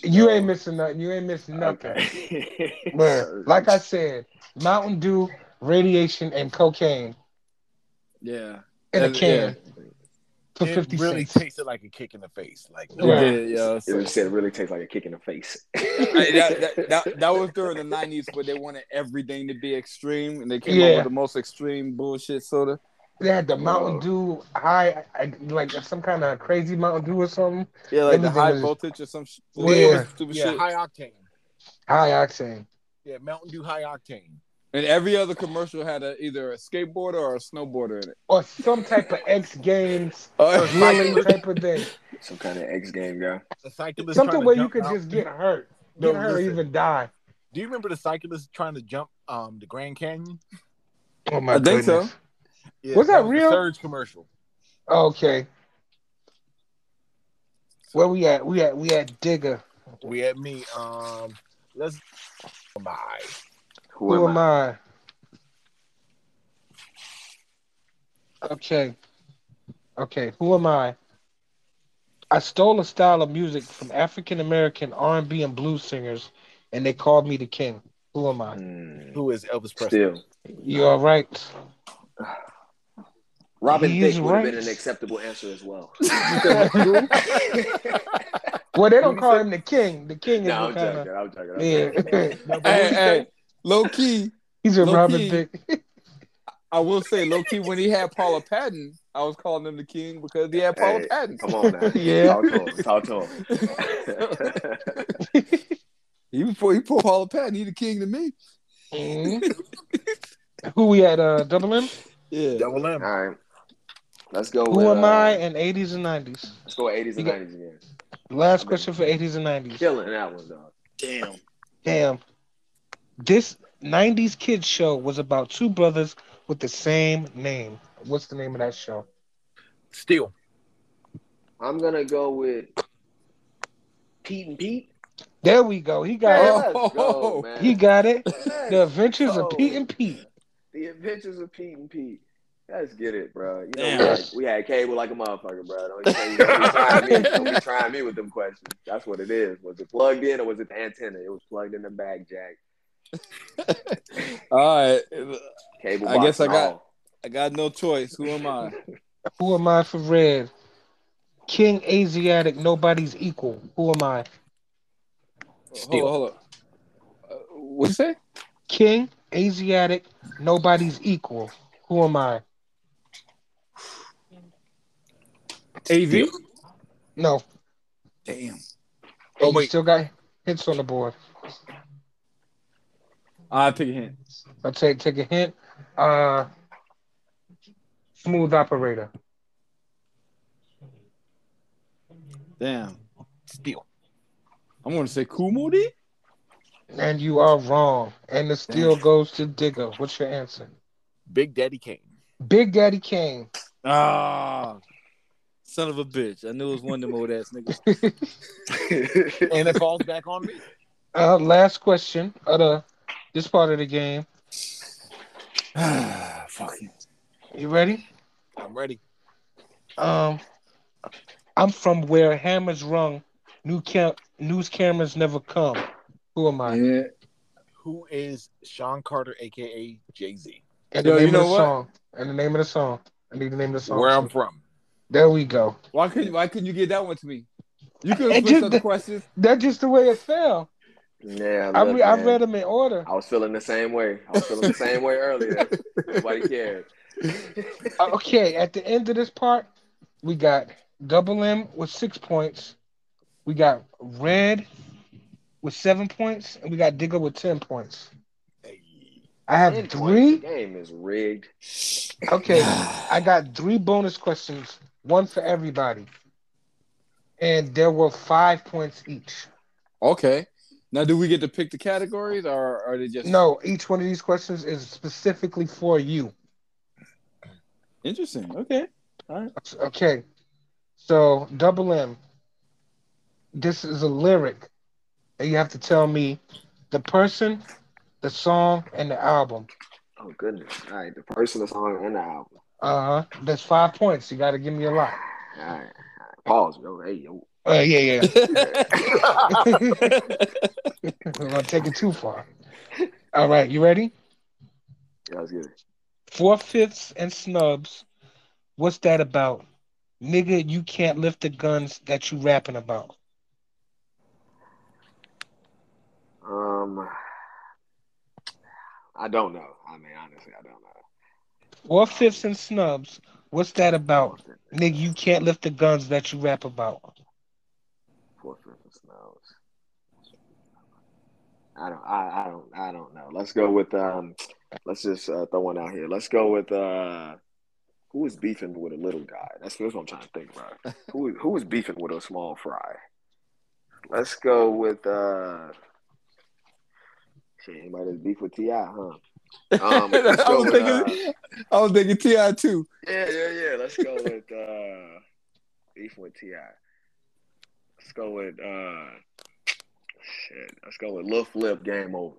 You ain't missing nothing. You ain't missing nothing.
Okay.
Man, like I said, Mountain Dew, radiation, and cocaine
Yeah.
in a
Yeah.
can for
It
fifty
really
cents.
tasted like a kick in the face. Like
It
Right.
did, yo.
It
So-
was said it really tastes like a kick in the face.
I- that, that, that, that was during the 90s where they wanted everything to be extreme and they came
Yeah.
up with the most extreme bullshit soda.
they had the Mountain Dew high, I- I- like some kind of crazy Mountain Dew or something,
Yeah, like the
Everything
high
was-
voltage or some sh-
Yeah.
stupid
yeah,
shit.
high octane.
high octane.
Yeah, Mountain Dew high octane.
And every other commercial had a, either a skateboarder or a snowboarder in it.
Or some type of X Games
Oh,
or something type of thing.
Some kind of X game guy.
The cyclist
Something
trying
where
to
you
jump
could
Mount-
just get hurt.
No,
Get hurt or
listen.
even die.
Do you remember the cyclist trying to jump um the Grand Canyon?
Oh my
I think so.
goodness.
Yeah,
Was that
was
real?
The Surge commercial.
Okay. Where we at? We at we at Digger.
We had me. Um, let's. My
Who,
Who
am
am
I?
I? Okay. Okay, who am I? I stole a style of music from African American R&B and blues singers and they called me the king. Who am I?
Hmm.
who is Elvis Presley?
Still.
You all right?
Robin
He's
Thicke would have
right.
been an acceptable answer as well.
Well, they don't call him the king. The king is
no, I'm
the kind
joking.
of
I'm joking. I'm joking.
yeah.
No, but what
Hey,
he
hey,
said-
low key,
He's a
Low
Robin
key.
Dick.
I will say low key when he had Paula Patton, I was calling him the king because he had Paula
Hey.
Patton.
Come on now.
Yeah.
Talk to him. Talk to him.
He before he pulled Paula Patton, he the king to me.
Mhm. Who we at? Uh, Double M.
Yeah.
Double M.
All right. Let's go
Who
with,
am
uh,
I? And eighties and nineties.
Let's go with 80s and
You got-
90s again.
Last question for eighties and nineties.
Killing that one, dog.
Damn.
Damn. This 90s kids show was about two brothers with the same name. What's the name of that show?
Steal.
I'm gonna go with Pete and Pete.
There we go. He got
Yeah,
it.
let's go,
Oh.
man.
He got it.
Let's
The Adventures
go.
of Pete and Pete.
The Adventures of Pete and Pete. Let's get it, bro. You know,
Damn.
we had, we had cable like a motherfucker, bro. Don't, you say- don't, be trying me, don't be trying me with them questions. That's what it is. Was it plugged in or was it the antenna? It was plugged in the back jack.
All right.
Cable.
I
box
guess I
and
got-
all.
I got no choice. Who am I?
Who am I for red? King Asiatic, nobody's equal. Who am I?
Steal.
Hold up. Hold up. Uh, what you say?
King Asiatic, nobody's equal. Who am I?
AV.
No.
Damn.
Oh,
you
wait.
Still got hits on the board.
I take a hint.
I'll take take a hint. Uh smooth operator.
Damn.
Steal.
I'm gonna say Kumudi.
And you are wrong. And the steal goes to Digger. What's your answer?
Big Daddy Kane.
Big Daddy Kane.
Ah, son of a bitch! I knew it was one of them old ass niggas.
And it falls back on me.
Uh, last question of the this part of the game.
Fucking.
You ready?
I'm ready.
Um, I'm from where hammers rung, new cam- news cameras never come. Who am I?
Yeah.
Who is Sean Carter, aka Jay Z?
And the
Yo,
name
you know
of the
what?
song. And the name of the song. I need the name of the song.
Where I'm from.
there we go.
Why couldn't Why couldn't you get that one to me? You could
It
have switched
just-
up the questions.
That's just the way it fell.
yeah,
I,
look,
re- I
man.
read them in order.
I was feeling the same way. I was feeling the same way earlier. Nobody cared.
Uh, Okay, at the end of this part, we got Double M with six points. We got Red with seven points, and we got Digger with ten points. I have
The
three.
game is rigged.
Okay, I got three bonus questions, one for everybody, and there were five points each.
Okay. Now, do we get to pick the categories, or are they just
No, each one of these questions is specifically for you.
Interesting. Okay.
Okay. So, Double M, this is a lyric, and you have to tell me the person, the song, and the album.
Oh goodness! All right, the person is on and the album.
Uh huh. That's five points. You got to give me a lot.
All right, all right. pause, yo. Hey, yo.
Uh, yeah, yeah.
Um, all
I'm going to take it too far. All right. You ready?
That's good.
Four fifths and snubs. What's that about? Nigga, you can't lift the guns that you rapping about.
Um, I don't know. I mean, honestly, I don't know.
Four fifths and snubs. What's that about? Nigga, you can't lift the guns that you rap about.
Four fifths snows. I don't. I, I don't. I don't know. Let's go with. Um, let's just uh, throw one out here. Let's go with. Uh, who is beefing with a little guy? That's, that's what I'm trying to think about. Who who is beefing with a small fry? Let's go with. Uh, shit, anybody that's beef with Ti? Huh. Um,
I
let's go
was
with, uh,
thinking. I was thinking Ti too.
Yeah, yeah, yeah. Let's go with uh beef with Ti. Let's go with uh shit. Let's go with Lil Flip. Game over.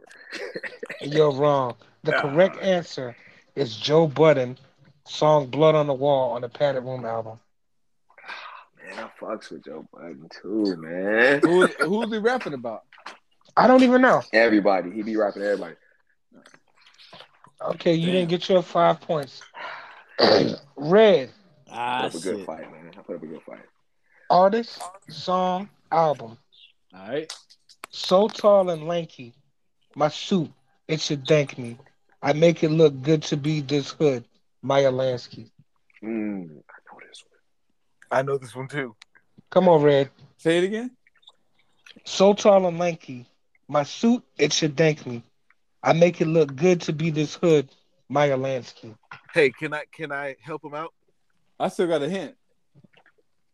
You're wrong. The
Nah.
correct answer is Joe Budden, song Blood on the Wall on the Padded Room album.
Man, I fucks with Joe Budden too, man.
Who, who's he rapping about?
I don't even know.
Everybody, he be rapping everybody.
Okay, you
Damn.
didn't get your five points. Red,
Ah,
Put up a good fight, man. I put up a good fight.
artist, song, album.
All right.
So tall and lanky. My suit, it should thank me. I make it look good to be this hood. Maya Lansky.
Mm, I know this one.
I know this one too.
Come on, Red.
Say it again.
So tall and lanky. My suit, it should thank me. I make it look good to be this hood, Maya Lansky.
Hey, can I can I help him out?
I still got a hint.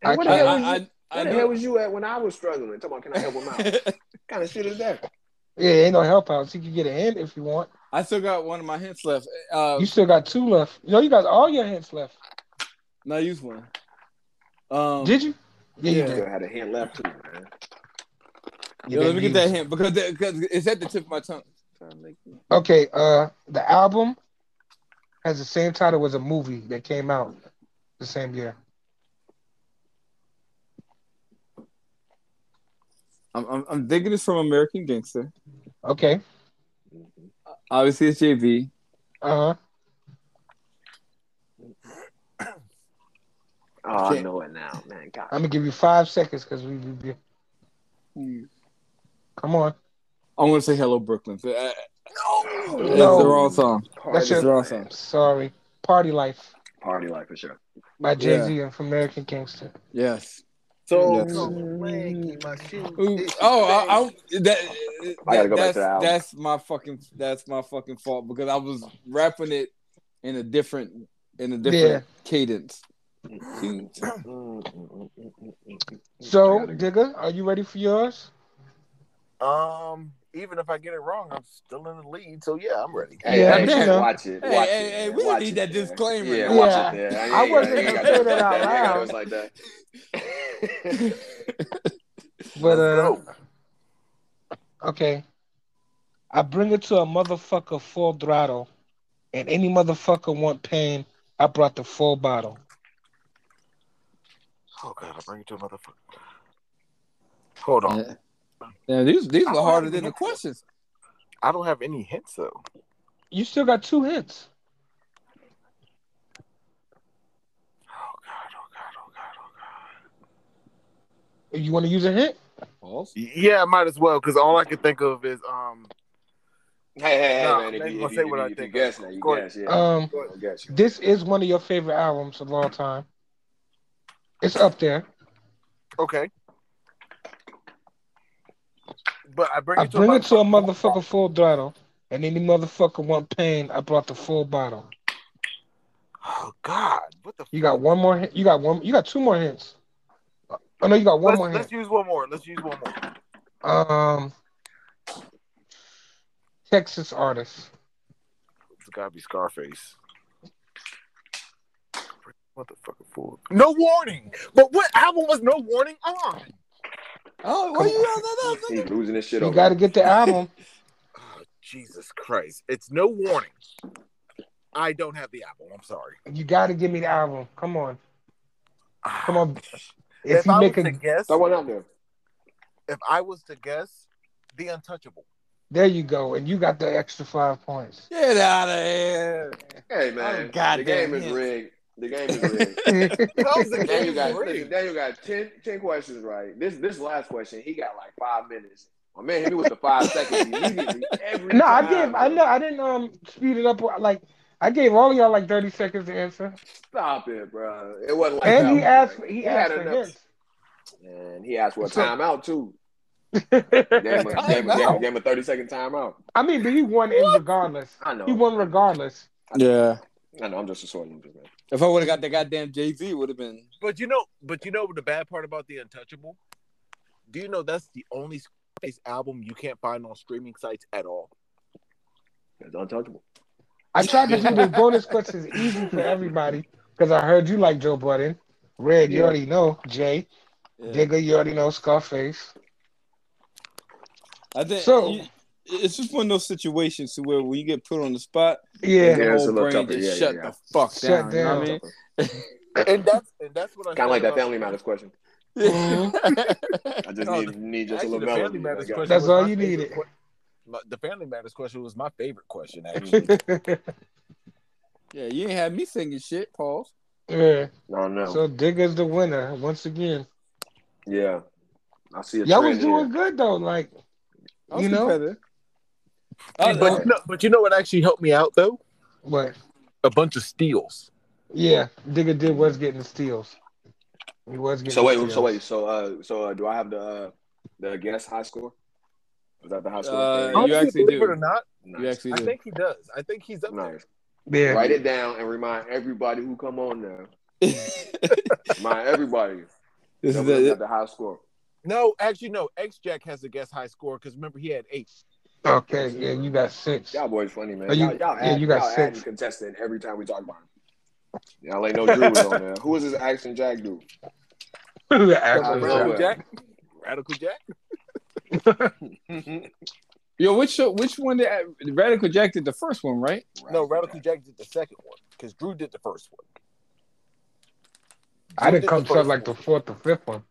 I
Hey, where the
I,
hell
I,
was you-
I, I
where the
know-
hell was you at when I was struggling? Talking about can I help him out? what kind of shit is that?
Yeah, ain't no help out. So you can get a hint if you want.
I still got one of my hints left. Uh,
You still got two left. Yo, you got all your hints left.
now use one. Um,
Did you? Yeah, you
Yeah.
did.
Still had a hint left too, man.
You
yo, let
didn't
me
use
get that
it.
hint because that, cause it's at the tip of my tongue.
Trying to make you-
Okay, uh, the album has the same title as a movie that came out the same year.
I'm, I'm, I'm thinking it's from American Gangster.
Okay,
Mhm.
Obviously, it's JV.
uh,
Oh, I
Shit.
know it now, man. God.
I'm gonna give you five seconds because we, we, we-
Hmm.
come on.
I'm going to say Hello Brooklyn. Uh,
no,
It's
No.
Oh,
the wrong song.
Party,
That's your-
It's the wrong song.
Sorry, Party Life
party life for sure.
by Jay Z and from American Gangster.
Yes.
Oh,
So
Yes.
lanky, my shoes.
Ooh,
itchy,
oh, I,
baby.
I, that,
I gotta go back
that's,
to the album.
that's my fucking that's my fucking fault because I was rapping it in a different in a different cadence.
So,
Gotta-
Digger, are you ready for yours?
Um, even if I get it wrong, I'm still in the lead. So yeah, I'm ready.
Hey,
Yeah,
hey,
you know.
watch it.
Hey,
watch
hey,
it,
hey,
man.
we
Watch
need
it,
that
man.
disclaimer,
Yeah,
man.
watch it.
Yeah.
Yeah, ain't-
I
ain't
wasn't
gotta- ain't
gonna
gotta-
say that out
ain't gotta
loud.
do it like that.
But uh,
Let's go.
okay, I bring it to a motherfucker full throttle, and any motherfucker want pain, I brought the full bottle.
Oh god, I bring it to a motherfucker. Hold on.
Yeah. Yeah, these these are harder than the questions.
I don't have any hints though.
You still got two hits.
Oh god, oh god, oh god, oh god.
You want to use a hit?
Pause.
Yeah, I might as well, because all I can think of is um
Hey, hey, hey,
Nah,
man. If
I'm
you,
gonna
if
say
you,
what I
if you
think.
guess now, you
Go
guess,
Uh,
yeah.
Um,
I guess you.
This is one of your favorite albums of all time. It's up there.
okay. But I bring
I
it to
bring
a
it to a
motherfucker.
motherfucker full throttle, and any motherfucker want pain, I brought the full bottle.
Oh god, what the
You got one more hit. You got one. You got two more hints. Oh no, you got one
let's,
more
let's
hint.
use one more. Let's use one more.
Um, Texas artist.
It's gotta be Scarface. Motherfucker fool. No warning. But what album was no warning on?
Oh, why
Come
you no, no,
He's losing his shit
You
over.
got to get the album.
Oh, Jesus Christ. It's no warning. I don't have the album. I'm sorry.
You got to give me the album. Come on, come on.
If,
If you
I
make
was
a,
to guess,
Throw one out there.
if I was to guess, The Untouchable.
there you go, and you got the extra five points.
no. Get out of here.
Hey, man. the
goddamn
game is
hit.
rigged. The game is rigged. Daniel got listen, Daniel got 10, 10 questions right. This this last question, he got like five minutes. My man hit me with the five seconds immediately every
No, I
time.
gave. I
bro.
know. I didn't um speed it up. Like I gave all y'all like thirty seconds to answer,
Stop it, bro. It wasn't like
and
that
he
one,
asked.
bro.
For, he
had
asked for
enough-
hints.
And he asked for a
So-
timeout too. Gave him a, gave him,
Timeout?
gave him, gave him a thirty second timeout.
I mean, but he won in regardless.
I know.
He won regardless.
Yeah.
I know. I'm just a sore loser, man.
If I would have got that goddamn Jay Z, would have been.
But you know, but you know the bad part about The Untouchable? Do you know that's the only Scarface album you can't find on streaming sites at all?
It's untouchable.
I tried to do the bonus questions easy for everybody because I heard you like Joe Budden. Red, you
Yeah.
already know. Jay,
Yeah.
Digger, you already know. Scarface.
I think
So-
you- it's just one of those situations to where when you get put on the spot,
Yeah.
your
Yeah, it's a
whole
little
brain
tougher.
just
Yeah,
shut
yeah, yeah.
the fuck
Shut
down. You know
down.
what I mean?
Kind
And that's and that's what I
of like
said
that
about-
Family Matters question.
Mm-hmm.
I just
No,
need, need just a
Actually,
little
the
melody.
Family Matters
Like,
question.
That's
was
all
my
you
favorite
needed.
que- my- the Family Matters question was my favorite question, actually.
yeah.
yeah, you ain't had me singing shit, Pauls.
No, no.
So Digger's the winner once again.
yeah. I see a
Y'all was
trend here.
doing good though. Like
I was
You know?
competitive. I,
but, you know, but you know what actually helped me out though?
what?
A bunch of steals.
Yeah, Digger did was getting the steals. He was getting.
So wait,
steals.
so wait, so uh, so uh, do I have the uh, the guess high score? Is that the high score?
Uh,
thing?
you actually
believe
do.
it or not,
nice.
you actually
I
did.
think he does. I think he's up there.
nice.
Yeah.
Write it down and remind everybody who come on there. Remind everybody
this
that
is
we
it.
got the high score.
No, actually, no. X Jack has the guess high score because remember he had eight.
Okay. Yeah, you got six.
Y'all boys funny man.
Oh, you-
y'all, y'all
yeah,
add,
you got
y'all
six.
adding contestant every time we talk about him. Y'all ain't no Drew was on there. Who is this action Jack dude?
Radical
Radical
Jack. Radical Jack.
Yo, which show- which one did uh, Radical Jack did the first one, right?
No, Radical Jack did the second one because Drew did the first one.
I
Drew
didn't come
the
to
first
like the
one.
fourth or fifth one.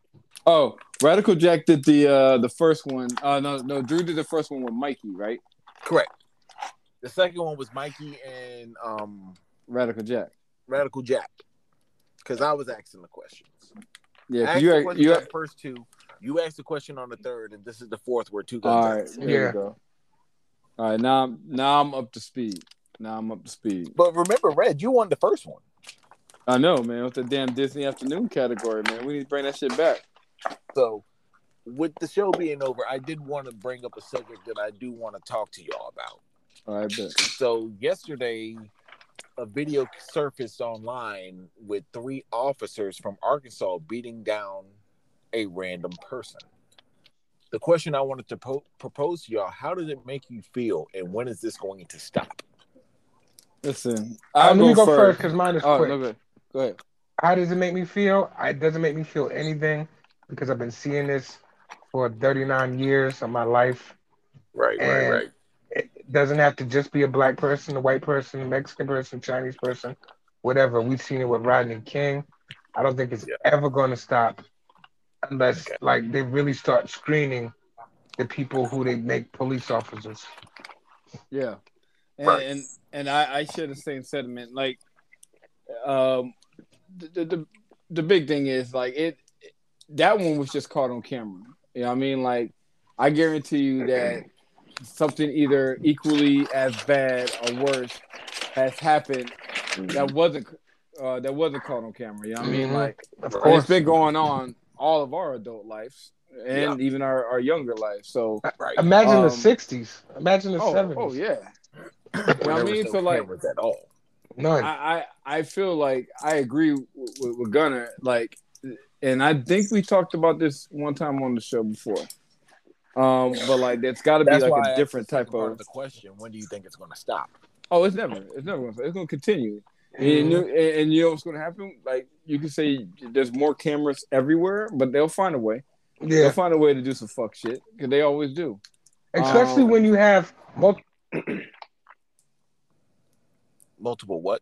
Oh, Radical Jack did the uh the first one. Uh no, no, Drew did the first one with Mikey, right?
correct. The second one was Mikey and um
Radical Jack.
Radical Jack because I was asking the questions.
Yeah, 'cause
I asked
you
the
are,
question
you
on
are,
the first two. You asked the question on the third, and this is the fourth where two
all
guys.
right. There
Yeah.
we go. All right, now I'm now I'm up to speed. Now I'm up to speed.
But remember, Red, you won the first one.
I know, man. With the damn Disney afternoon category, man. We need to bring that shit back.
So, with the show being over, I did want to bring up a subject that I do want to talk to y'all about.
All right, bet.
So, yesterday, a video surfaced online with three officers from Arkansas beating down a random person. The question I wanted to po- propose to y'all how does it make you feel, and when is this going to stop?
Listen,
Uh,
I'll
let me go first
first.
because mine is
Oh,
quick.
no, go ahead. Go ahead.
How does it make me feel? I- It doesn't make me feel anything because I've been seeing this for 39 years of my life.
Right,
And It doesn't have to just be a black person, a white person, a Mexican person, Chinese person, whatever. We've seen it with Rodney King. I don't think it's
Yeah.
ever going to stop unless
Okay.
like they really start screening the people who they make police officers.
Yeah, and
Right.
and, and I, I share the same sentiment. Like, um, the, the the the big thing is like it. That one was just caught on camera. You know what I mean? Like, I guarantee you that something either equally as bad or worse has happened
Mm-hmm.
that wasn't uh, that wasn't caught on camera. You know what I mean?
Mhm.
Like,
Of
and it's
course.
been going on all of our adult lives and even our, our younger life. So,
Right.
Imagine
Um,
the 60s. Imagine the
oh,
70s.
oh yeah.
Where there
I
was
mean?
no
So, like-
cameras at all.
None.
I, I I feel like I agree with, with Gunner. Like, and I think we talked about this one time on the show before. Um, but like, that's got to be
That's why I
like a
asked
different
the second
type
part of
of.
the question. When do you think it's going to stop?
Oh, it's never. It's never. Gonna, it's gonna continue. And, you know,
Mm-hmm.
and, and you know what's gonna happen? Like, you can say there's more cameras everywhere, but they'll find a way. They'll
yeah.
find a way to do some fuck shit because they always do.
Especially
um,
when you have multiple.
Multiple what?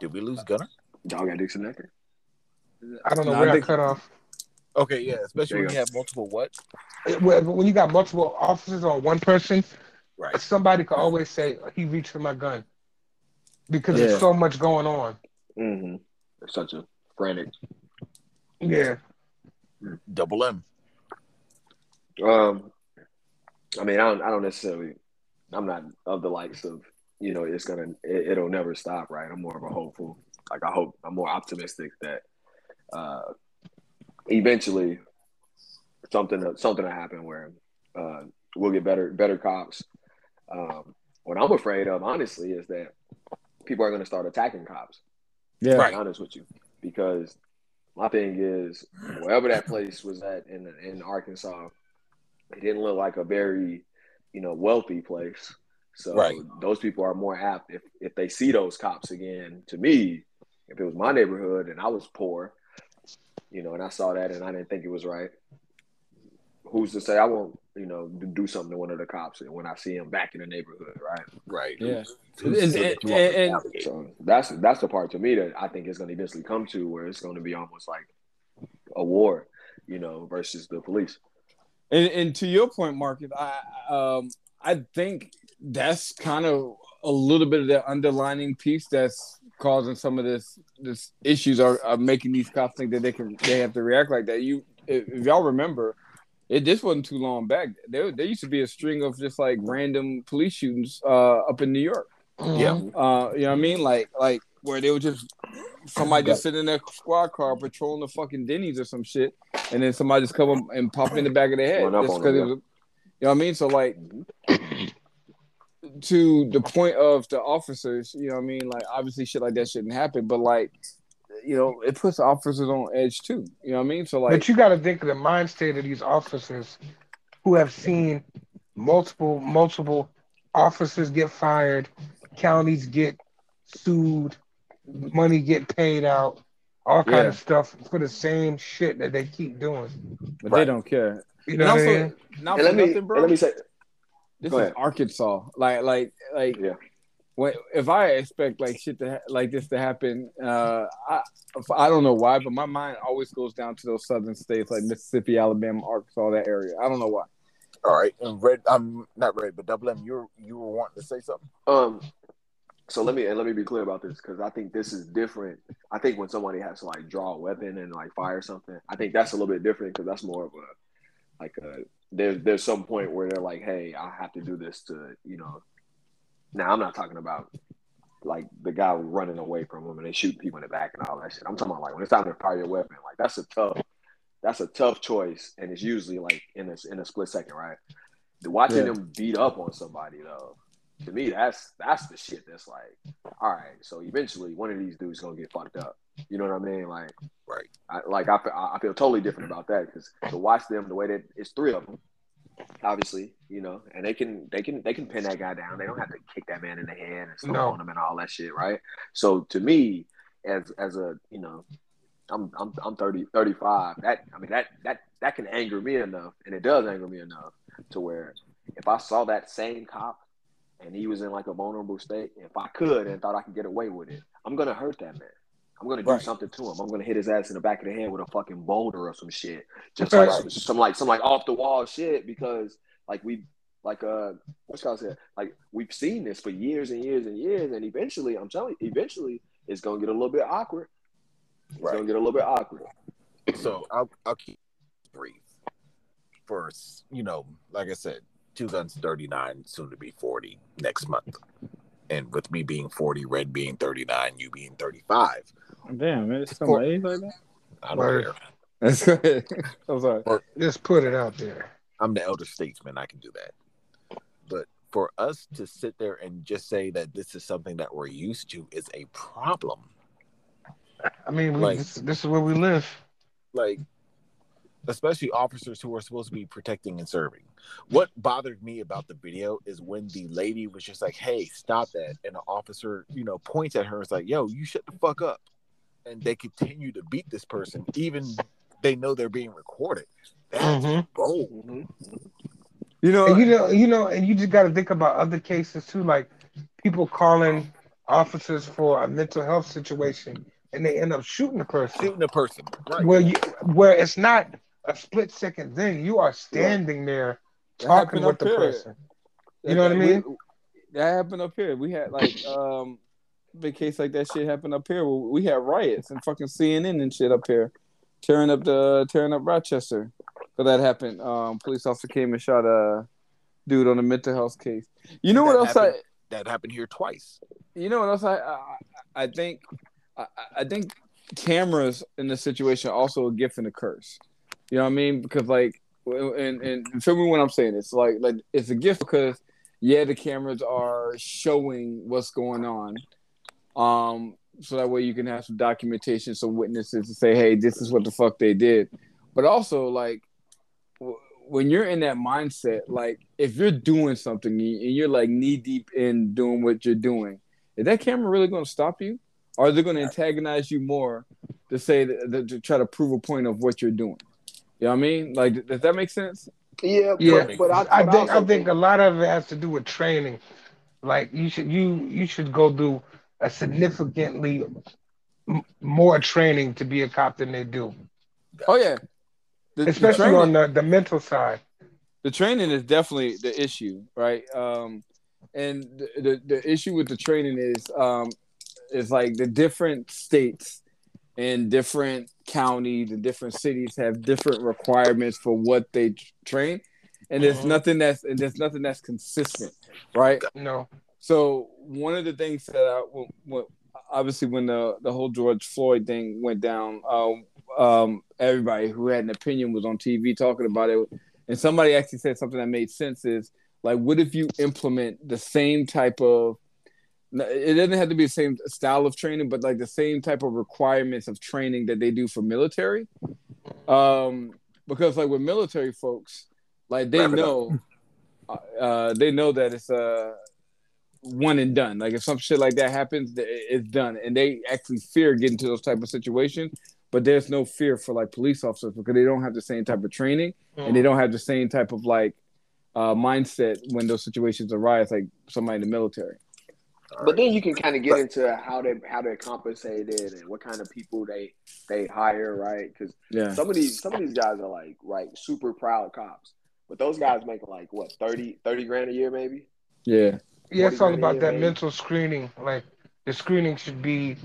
Did we lose Gunner?
Y'all got disconnected.
I don't know
Nah,
where
I
I,
think-
cut off.
Okay, yeah, especially
There you
when
go.
you have multiple what?
When when you got multiple officers on one person,
Right.
somebody could always say he reached for my gun because
Yeah.
there's so much going on.
Mm-hmm. It's such a frantic.
Yeah.
Double M.
Um, I mean, I don't, I don't necessarily. I'm not of the likes of you know it's gonna it, it'll never stop, right? I'm more of a hopeful. Like I hope I'm more optimistic that uh, eventually something something will happen where uh, we'll get better better cops. Um, what I'm afraid of, honestly, is that people are gonna start attacking cops.
Yeah.
be honest with you, because my thing is wherever that place was at in in Arkansas, it didn't look like a very you know wealthy place. So
Right.
those people are more apt if if they see those cops again. To me, if it was my neighborhood and I was poor, you know, and I saw that and I didn't think it was right, who's to say I won't you know do something to one of the cops and when I see him back in the neighborhood, right?
Right.
Yeah.
Who
And-
said
and-
you are
and-
the captain?
So that's that's the part to me that I think is going to eventually come to where it's going to be almost like a war, you know, versus the police.
And, and to your point, Marcus, I um, I think that's kind of a little bit of the underlining piece that's causing some of this this issues are, are making these cops think that they can they have to react like that. You if, if y'all remember, it this wasn't too long back. There there used to be a string of just like random police shootings uh, up in New York.
Yeah.
Mhm.
Uh, you know what I mean? Like like where they were just somebody just sitting in their squad car patrolling the fucking Denny's or some shit, and then somebody just come up and pop in the back of their head
Run up
just
on
'cause
them,
it
yeah.
was. You know what I mean? So like to the point of the officers, you know what I mean? Like obviously shit like that shouldn't happen, but like you know, it puts the officers on edge too. You know what I mean? So like
but you got to think of the mind state of these officers who have seen multiple, multiple officers get fired, counties get sued, money get paid out. all kind
Yeah.
of stuff for the same shit that they keep doing.
but
Right.
they don't care.
You
And
know what I
also,
mean?
And
not for
let me
nothing, bro.
and let me say
this
go
is
ahead.
Arkansas. Like, like, like.
Yeah.
When, if I expect like shit to ha- like this to happen, uh, I if- I don't know why, but my mind always goes down to those southern states like Mississippi, Alabama, Arkansas, that area. I don't know why.
All right, and red. I'm not red, but double M. You were you were wanting to say something.
Um, so let me and let me be clear about this because I think this is different. I think when somebody has to like draw a weapon and like fire something, I think that's a little bit different because that's more of a like a there's there's some point where they're like, hey, I have to do this to you know. Now I'm not talking about like the guy running away from them and they shoot people in the back and all that shit. I'm talking about like when it's time to fire your weapon, like that's a tough that's a tough choice and it's usually like in a in a split second, right? Watching
Yeah.
them beat up on somebody though to me, that's that's the shit. That's like, all right. So eventually, one of these dudes gonna get fucked up. You know what I mean? Like,
Right.
I, like I, fe- I I feel totally different about that because to watch them the way that it's three of them, obviously, you know, and they can they can they can pin that guy down. They don't have to kick that man in the head and stomp
No.
on him and all that shit, right? So to me, as as a you know, I'm I'm I'm 30, 35. That I mean that that that can anger me enough, and it does anger me enough to where if I saw that same cop and he was in like a vulnerable state, if I could and thought I could get away with it, I'm gonna hurt that man. I'm gonna do
Right.
something to him. I'm gonna hit his ass in the back of the head with a fucking boulder or some shit. Just like
Right.
some like some like off the wall shit because like we like uh what's called said like we've seen this for years and years and years and eventually I'm telling you, eventually it's gonna get a little bit awkward. It's
Right.
gonna get a little bit awkward.
So I'll I'll keep it brief. First, you know, like I said, two guns thirty nine, soon to be forty next month, and with me being forty, red being thirty nine, you being thirty five.
Damn, it's
so much
like that.
I don't
Word.
care.
I'm sorry.
Just put it out there.
I'm the elder statesman. I can do that. But for us to sit there and just say that this is something that we're used to is a problem.
I mean, we,
Like-
this, this is where we live.
like especially officers who are supposed to be protecting and serving. What bothered me about the video is when the lady was just like, "Hey, stop that," and the officer, you know, points at her and is like, "Yo, you shut the fuck up," and they continue to beat this person, even they know they're being recorded. That's
Mhm.
bold.
You know,
And you know, you know, and you just got to think about other cases too, like people calling officers for a mental health situation, and they end up shooting the person.
Shooting a person, right?
Where you, where it's not a split second thing. You are standing there
It
talking
happened
with
up
the
here.
person. You know what I mean?
We- that happened up here. We had like um big case like that shit happened up here. We had riots and fucking CNN and shit up here, tearing up the tearing up Rochester. But that happened. Um, police officer came and shot a dude on a mental health case. You know
That
what else I?
happened. That happened here twice.
you know what else I I, I think I, I think cameras in this situation are also a gift and a curse. You know what I mean? Because like and and feel me when I'm saying this. Like like it's a gift because yeah, the cameras are showing what's going on. Um, so that way you can have some documentation, some witnesses to say, hey, this is what the fuck they did. But also like w- when you're in that mindset, like if you're doing something and you're like knee deep in doing what you're doing, is that camera really going to stop you? Or are they going to antagonize you more to say that, that- to try to prove a point of what you're doing? You know what I mean? Like, does that make sense?
Yeah,
Yeah.
but, but I,
I
but
think
also
I think a lot of it has to do with training. Like you should you you should go do a significantly m- more training to be a cop than they do,
Oh yeah, the, the
especially
training-
on the, the mental side.
the training is definitely the issue, right? Um, and the, the the issue with the training is um, is like the different states and different counties and different cities have different requirements for what they t- train, and there's
Mhm.
nothing that's and there's nothing that's consistent, right?
You know,
So one of the things that I, w- w- obviously when the the whole George Floyd thing went down, um, um, everybody who had an opinion was on TV talking about it, and somebody actually said something that made sense. Is like, what if you implement the same type of no, it doesn't have to be the same style of training, but like the same type of requirements of training that they do for military. Um, because like with military folks, like they
Wrap it up.
know, uh, they know that it's uh one and done. Like if some shit like that happens, th- it's done. And they actually fear getting to those type of situations. But there's no fear for like police officers because they don't have the same type of training and they don't have the same type of like uh, mindset when those situations arise, like somebody in the military.
But then you can kind of get into how they how they're compensated and what kind of people they they hire, right? Because
Yeah,
some of these some of these guys are like right super proud cops, but those guys make like what 30, 30 grand a year maybe.
yeah,
Yeah, it's all about that
Yeah.
mental screening. Like the screening should be,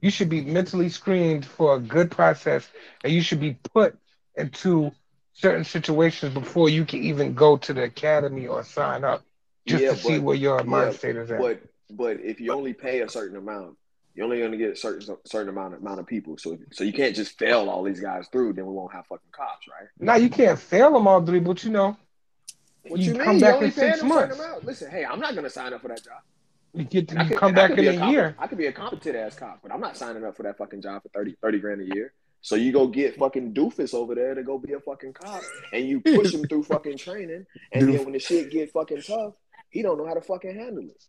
you should be mentally screened for a good process, and you should be put into certain situations before you can even go to the academy or sign up, just
Yeah,
to see
but-
where your mind
yeah,
state is at.
But but if you only pay a certain amount, you're only going to get a certain certain amount amount of people. So so you can't just fail all these guys through. Then we won't have fucking cops, right?
now you can't fail them all three, but you know, you, come back in six months.
Listen, hey, I'm not going to sign up for that job.
You get to,
I
you
could-
come
I
back
could
in
be
a
comp-
year.
I could be a competent ass cop, but I'm not signing up for that fucking job for 30, 30 grand a year. So you go get fucking doofus over there to go be a fucking cop, and you push him through fucking training, and then when the shit get fucking tough, he don't know how to fucking handle it.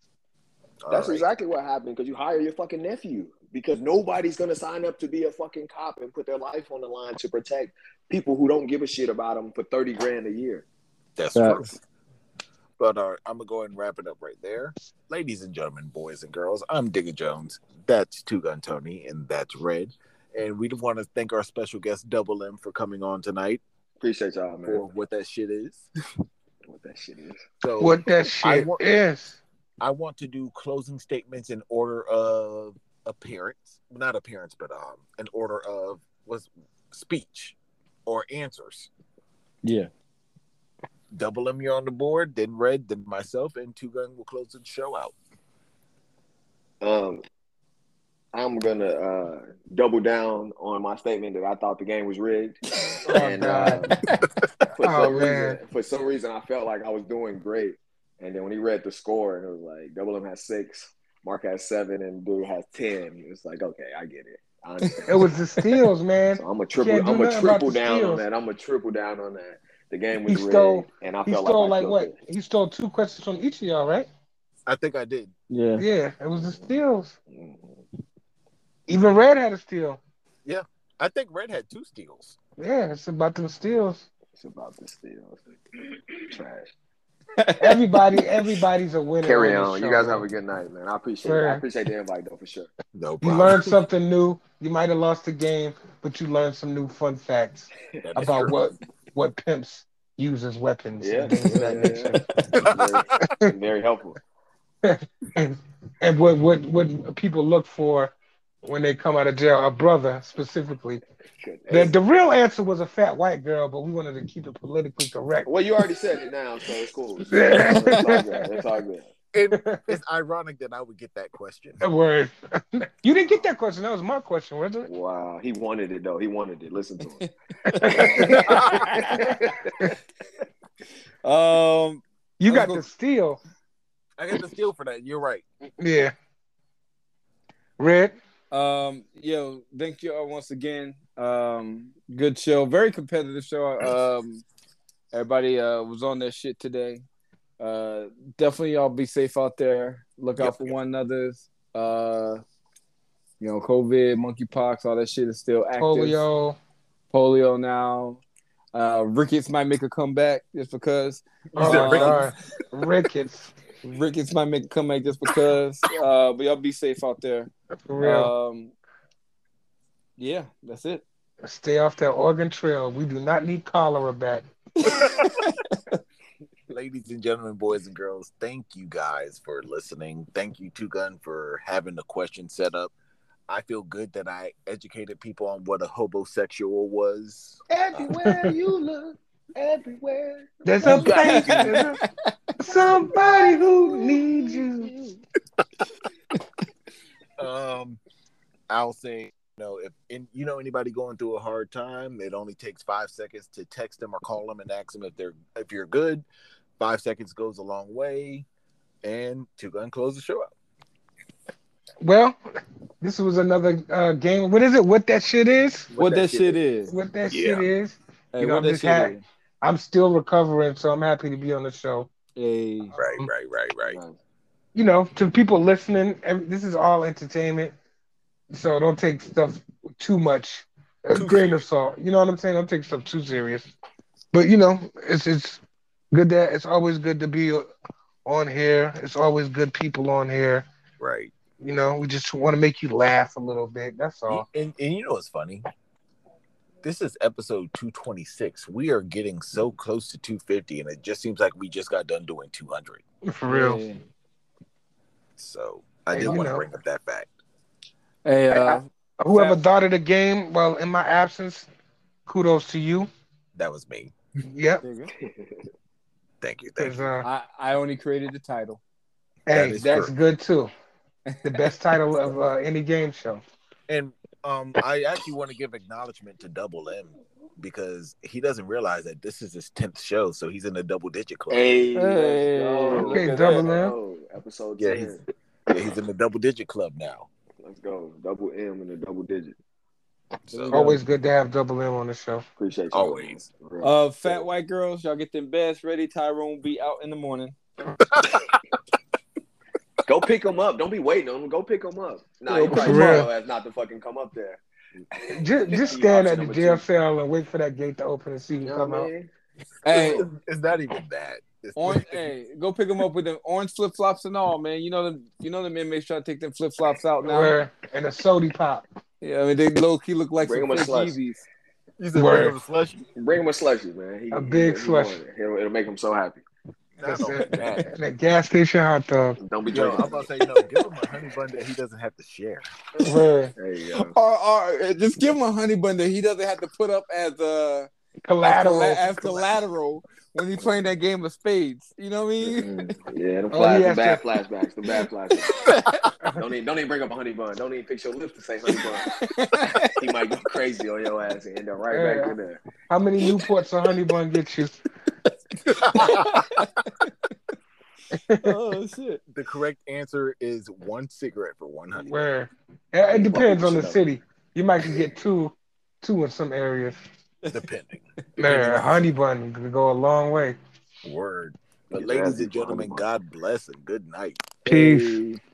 That's exactly what happened because you hire your fucking nephew because nobody's gonna sign up to be a fucking cop and put their life on the line to protect people who don't give a shit about them for thirty grand a year.
That's
Yeah.
true. But uh, I'm gonna go ahead and wrap it up right there, ladies and gentlemen, boys and girls. I'm Digga Jones. That's Two Gun Tony, and that's Red. And we want to thank our special guest Double M for coming on tonight
Appreciate y'all, man.
for what that shit is.
What that shit is.
So
What that
I
shit
wa-
is.
I want to do closing statements in order of appearance, not appearance, but um, in order of was speech or answers.
yeah.
Double M, you're on the board. Then Red, then myself, and Two Gun will close the show out.
Um, I'm gonna uh, double down on my statement that I thought the game was rigged, and uh, for
Oh,
some
man.
reason, for some reason, I felt like I was doing great. And then when he read the score, and it was like Double M has six, Mark has seven, and Blue has ten. It was like, okay, I get it. I understand.
It was the steals, man.
So I'm a triple.
Can't do
I'm a
nothing about
triple
the
down on
steals.
that. I'm a triple down on that. The game
He
was rigged,
stole-
and I
He
felt
stole
like
like
I
what?
killed it.
He stole two questions from each of y'all, right?
I think I did.
Yeah.
Yeah, it was the steals.
Mhm.
Even Red had a steal.
I think Red had two steals.
Yeah, it's about them steals.
It's about the steals. Trash.
Everybody, everybody's a winner.
Carry
on.
on.
this
You
show,
guys
man.
have a good night, man. I appreciate it. I
Sure.
appreciate the invite though for sure.
No
You learned something new. You might have lost the game, but you learned some new fun facts
That is
about
true.
what what pimps use as weapons.
Yeah.
and things of that nature.
very, very helpful.
and, and what, what what people look for when they come out of jail, a brother specifically.
Good.
The, the real answer was a fat white girl, but we wanted to keep it politically correct.
Well, you already said it now, so it's cool. It's,
Yeah.
all good. It's all good.
It- it's ironic that I would get that question.
Word. you didn't get that question. That was my question, wasn't it?
Wow, he wanted it though. He wanted it. Listen to him.
Um,
You
I was
got
gonna-
the steal.
I got the steal for that. You're right.
Yeah. Red.
um, yo, thank you all once again. Um, good show, very competitive show. Um, everybody uh was on their shit today. Uh, definitely y'all be safe out there. Look out
Yep.
for one another's. Uh, you know, COVID, monkeypox, all that shit is still active.
Polio.
polio now. Uh, rickets might make a comeback just because.
Oh,
said
sorry. Rickets.
Rickets might make a comeback just because. Uh, but y'all be safe out there.
For real.
Um, yeah, that's it.
Uh,
Stay off that Oregon Trail. We do not need cholera back.
Ladies and gentlemen, boys and girls, thank you guys for listening. Thank you, Two Gun, for having the question set up. I feel good that I educated people on what a hobosexual was.
Everywhere you look, everywhere.
There's a place. there's a- Somebody who needs you.
Um, I'll say, you know, if and you know anybody going through a hard time, it only takes five seconds to text them or call them and ask them if they're if you're good. Five seconds goes a long way. And Two Gun close the show out.
Well, this was another uh, game. What is it? What that shit is?
What, that, shit is.
What that
Yeah.
shit is?
Hey,
You know,
what that
this
shit
hat-
is.
I'm still recovering, so I'm happy to be on the show.
Hey,
Right, right, right, right.
you know, to people listening, ev- this is all entertainment. So don't take stuff too much, a
Too
grain of salt. You know what I'm saying? Don't take stuff too serious. But you know, it's it's good that it's always good to be on here. It's always good people on here.
Right.
You know, we just want to make you laugh a little bit. That's all.
And, and you know what's funny? This is episode 226. We are getting so close to 250, and it just seems like we just got done doing 200.
For real.
Yeah.
So I
Hey,
did
you
want to
know.
bring up that fact.
Hey, uh,
Whoever thought of the game, well, in my absence, kudos to you.
That was me.
Yep.
there you go.
Thank you. Thank
'cause,
you.
uh,
I, I only created the title.
That
hey,
is
that's
true.
good too. The best title of uh, any game show.
And um, I actually want to give acknowledgement to Double M because he doesn't realize that this is his 10th show, so he's in the double digit club.
Hey,
Hey,
let's go.
okay,
Look at
double
that.
M.
Oh, episode
Yeah,
10.
he's- Yeah, he's in the double digit club now.
Let's go. Double M in the double digit.
So
Always good to have Double M on the show.
Appreciate you.
Always.
For real.
Uh, fat white girls, y'all get them beds ready. Tyrone will be out in the morning.
go pick them up. Don't be waiting on them. Go pick them up. Nah,
Yo,
you probably
for
tell
real.
your ass not to fucking come up there.
Just, just
Option
stand at the
number two.
jail cell and wait for that gate to open and see
You
you
know
come
what I
out.
mean?
Hey,
it's not even that. It's-
orange, hey, go pick them up with them orange flip flops and all, man. You know them, you know them men make sure I take them flip flops out now.
Where and a soda pop.
Yeah, I mean they low key look like
Bring
some
them a
fake
slush.
Yeezys.
You said
Word.
regular slushy?
Bring him a slushie, man. He,
A big
want
slushie.
it. It'll, it'll make him so happy.
Not
That's
only
it.
that.
And a gas station hot dog.
Don't be
Yo, I'm
drinking.
about to say no. Give him a honey bun that he doesn't have to share.
Where
there you go.
Or, or just give him a honey bun that he doesn't have to put up as a
collateral.
as, colla- as collateral when he's playing that game of spades. You know what I mean?
Mm, yeah, the,
Oh,
flash,
yeah,
the bad flashbacks, the bad flashbacks. don't even don't even bring up a honey bun. Don't even fix your lips to say honey bun. He might go crazy on your ass and end up right back in there.
How many Newports a honey bun get you?
oh shit!
The correct answer is one cigarette for one honey. bun.
Where? It, it depends on the
Shut up.
city. You might could get two, two in some areas.
Depending.
Man, a honey bun could go a long way.
Word. But
Yeah,
ladies
that's
and gentlemen,
fine.
God bless and good night.
Peace.
Hey.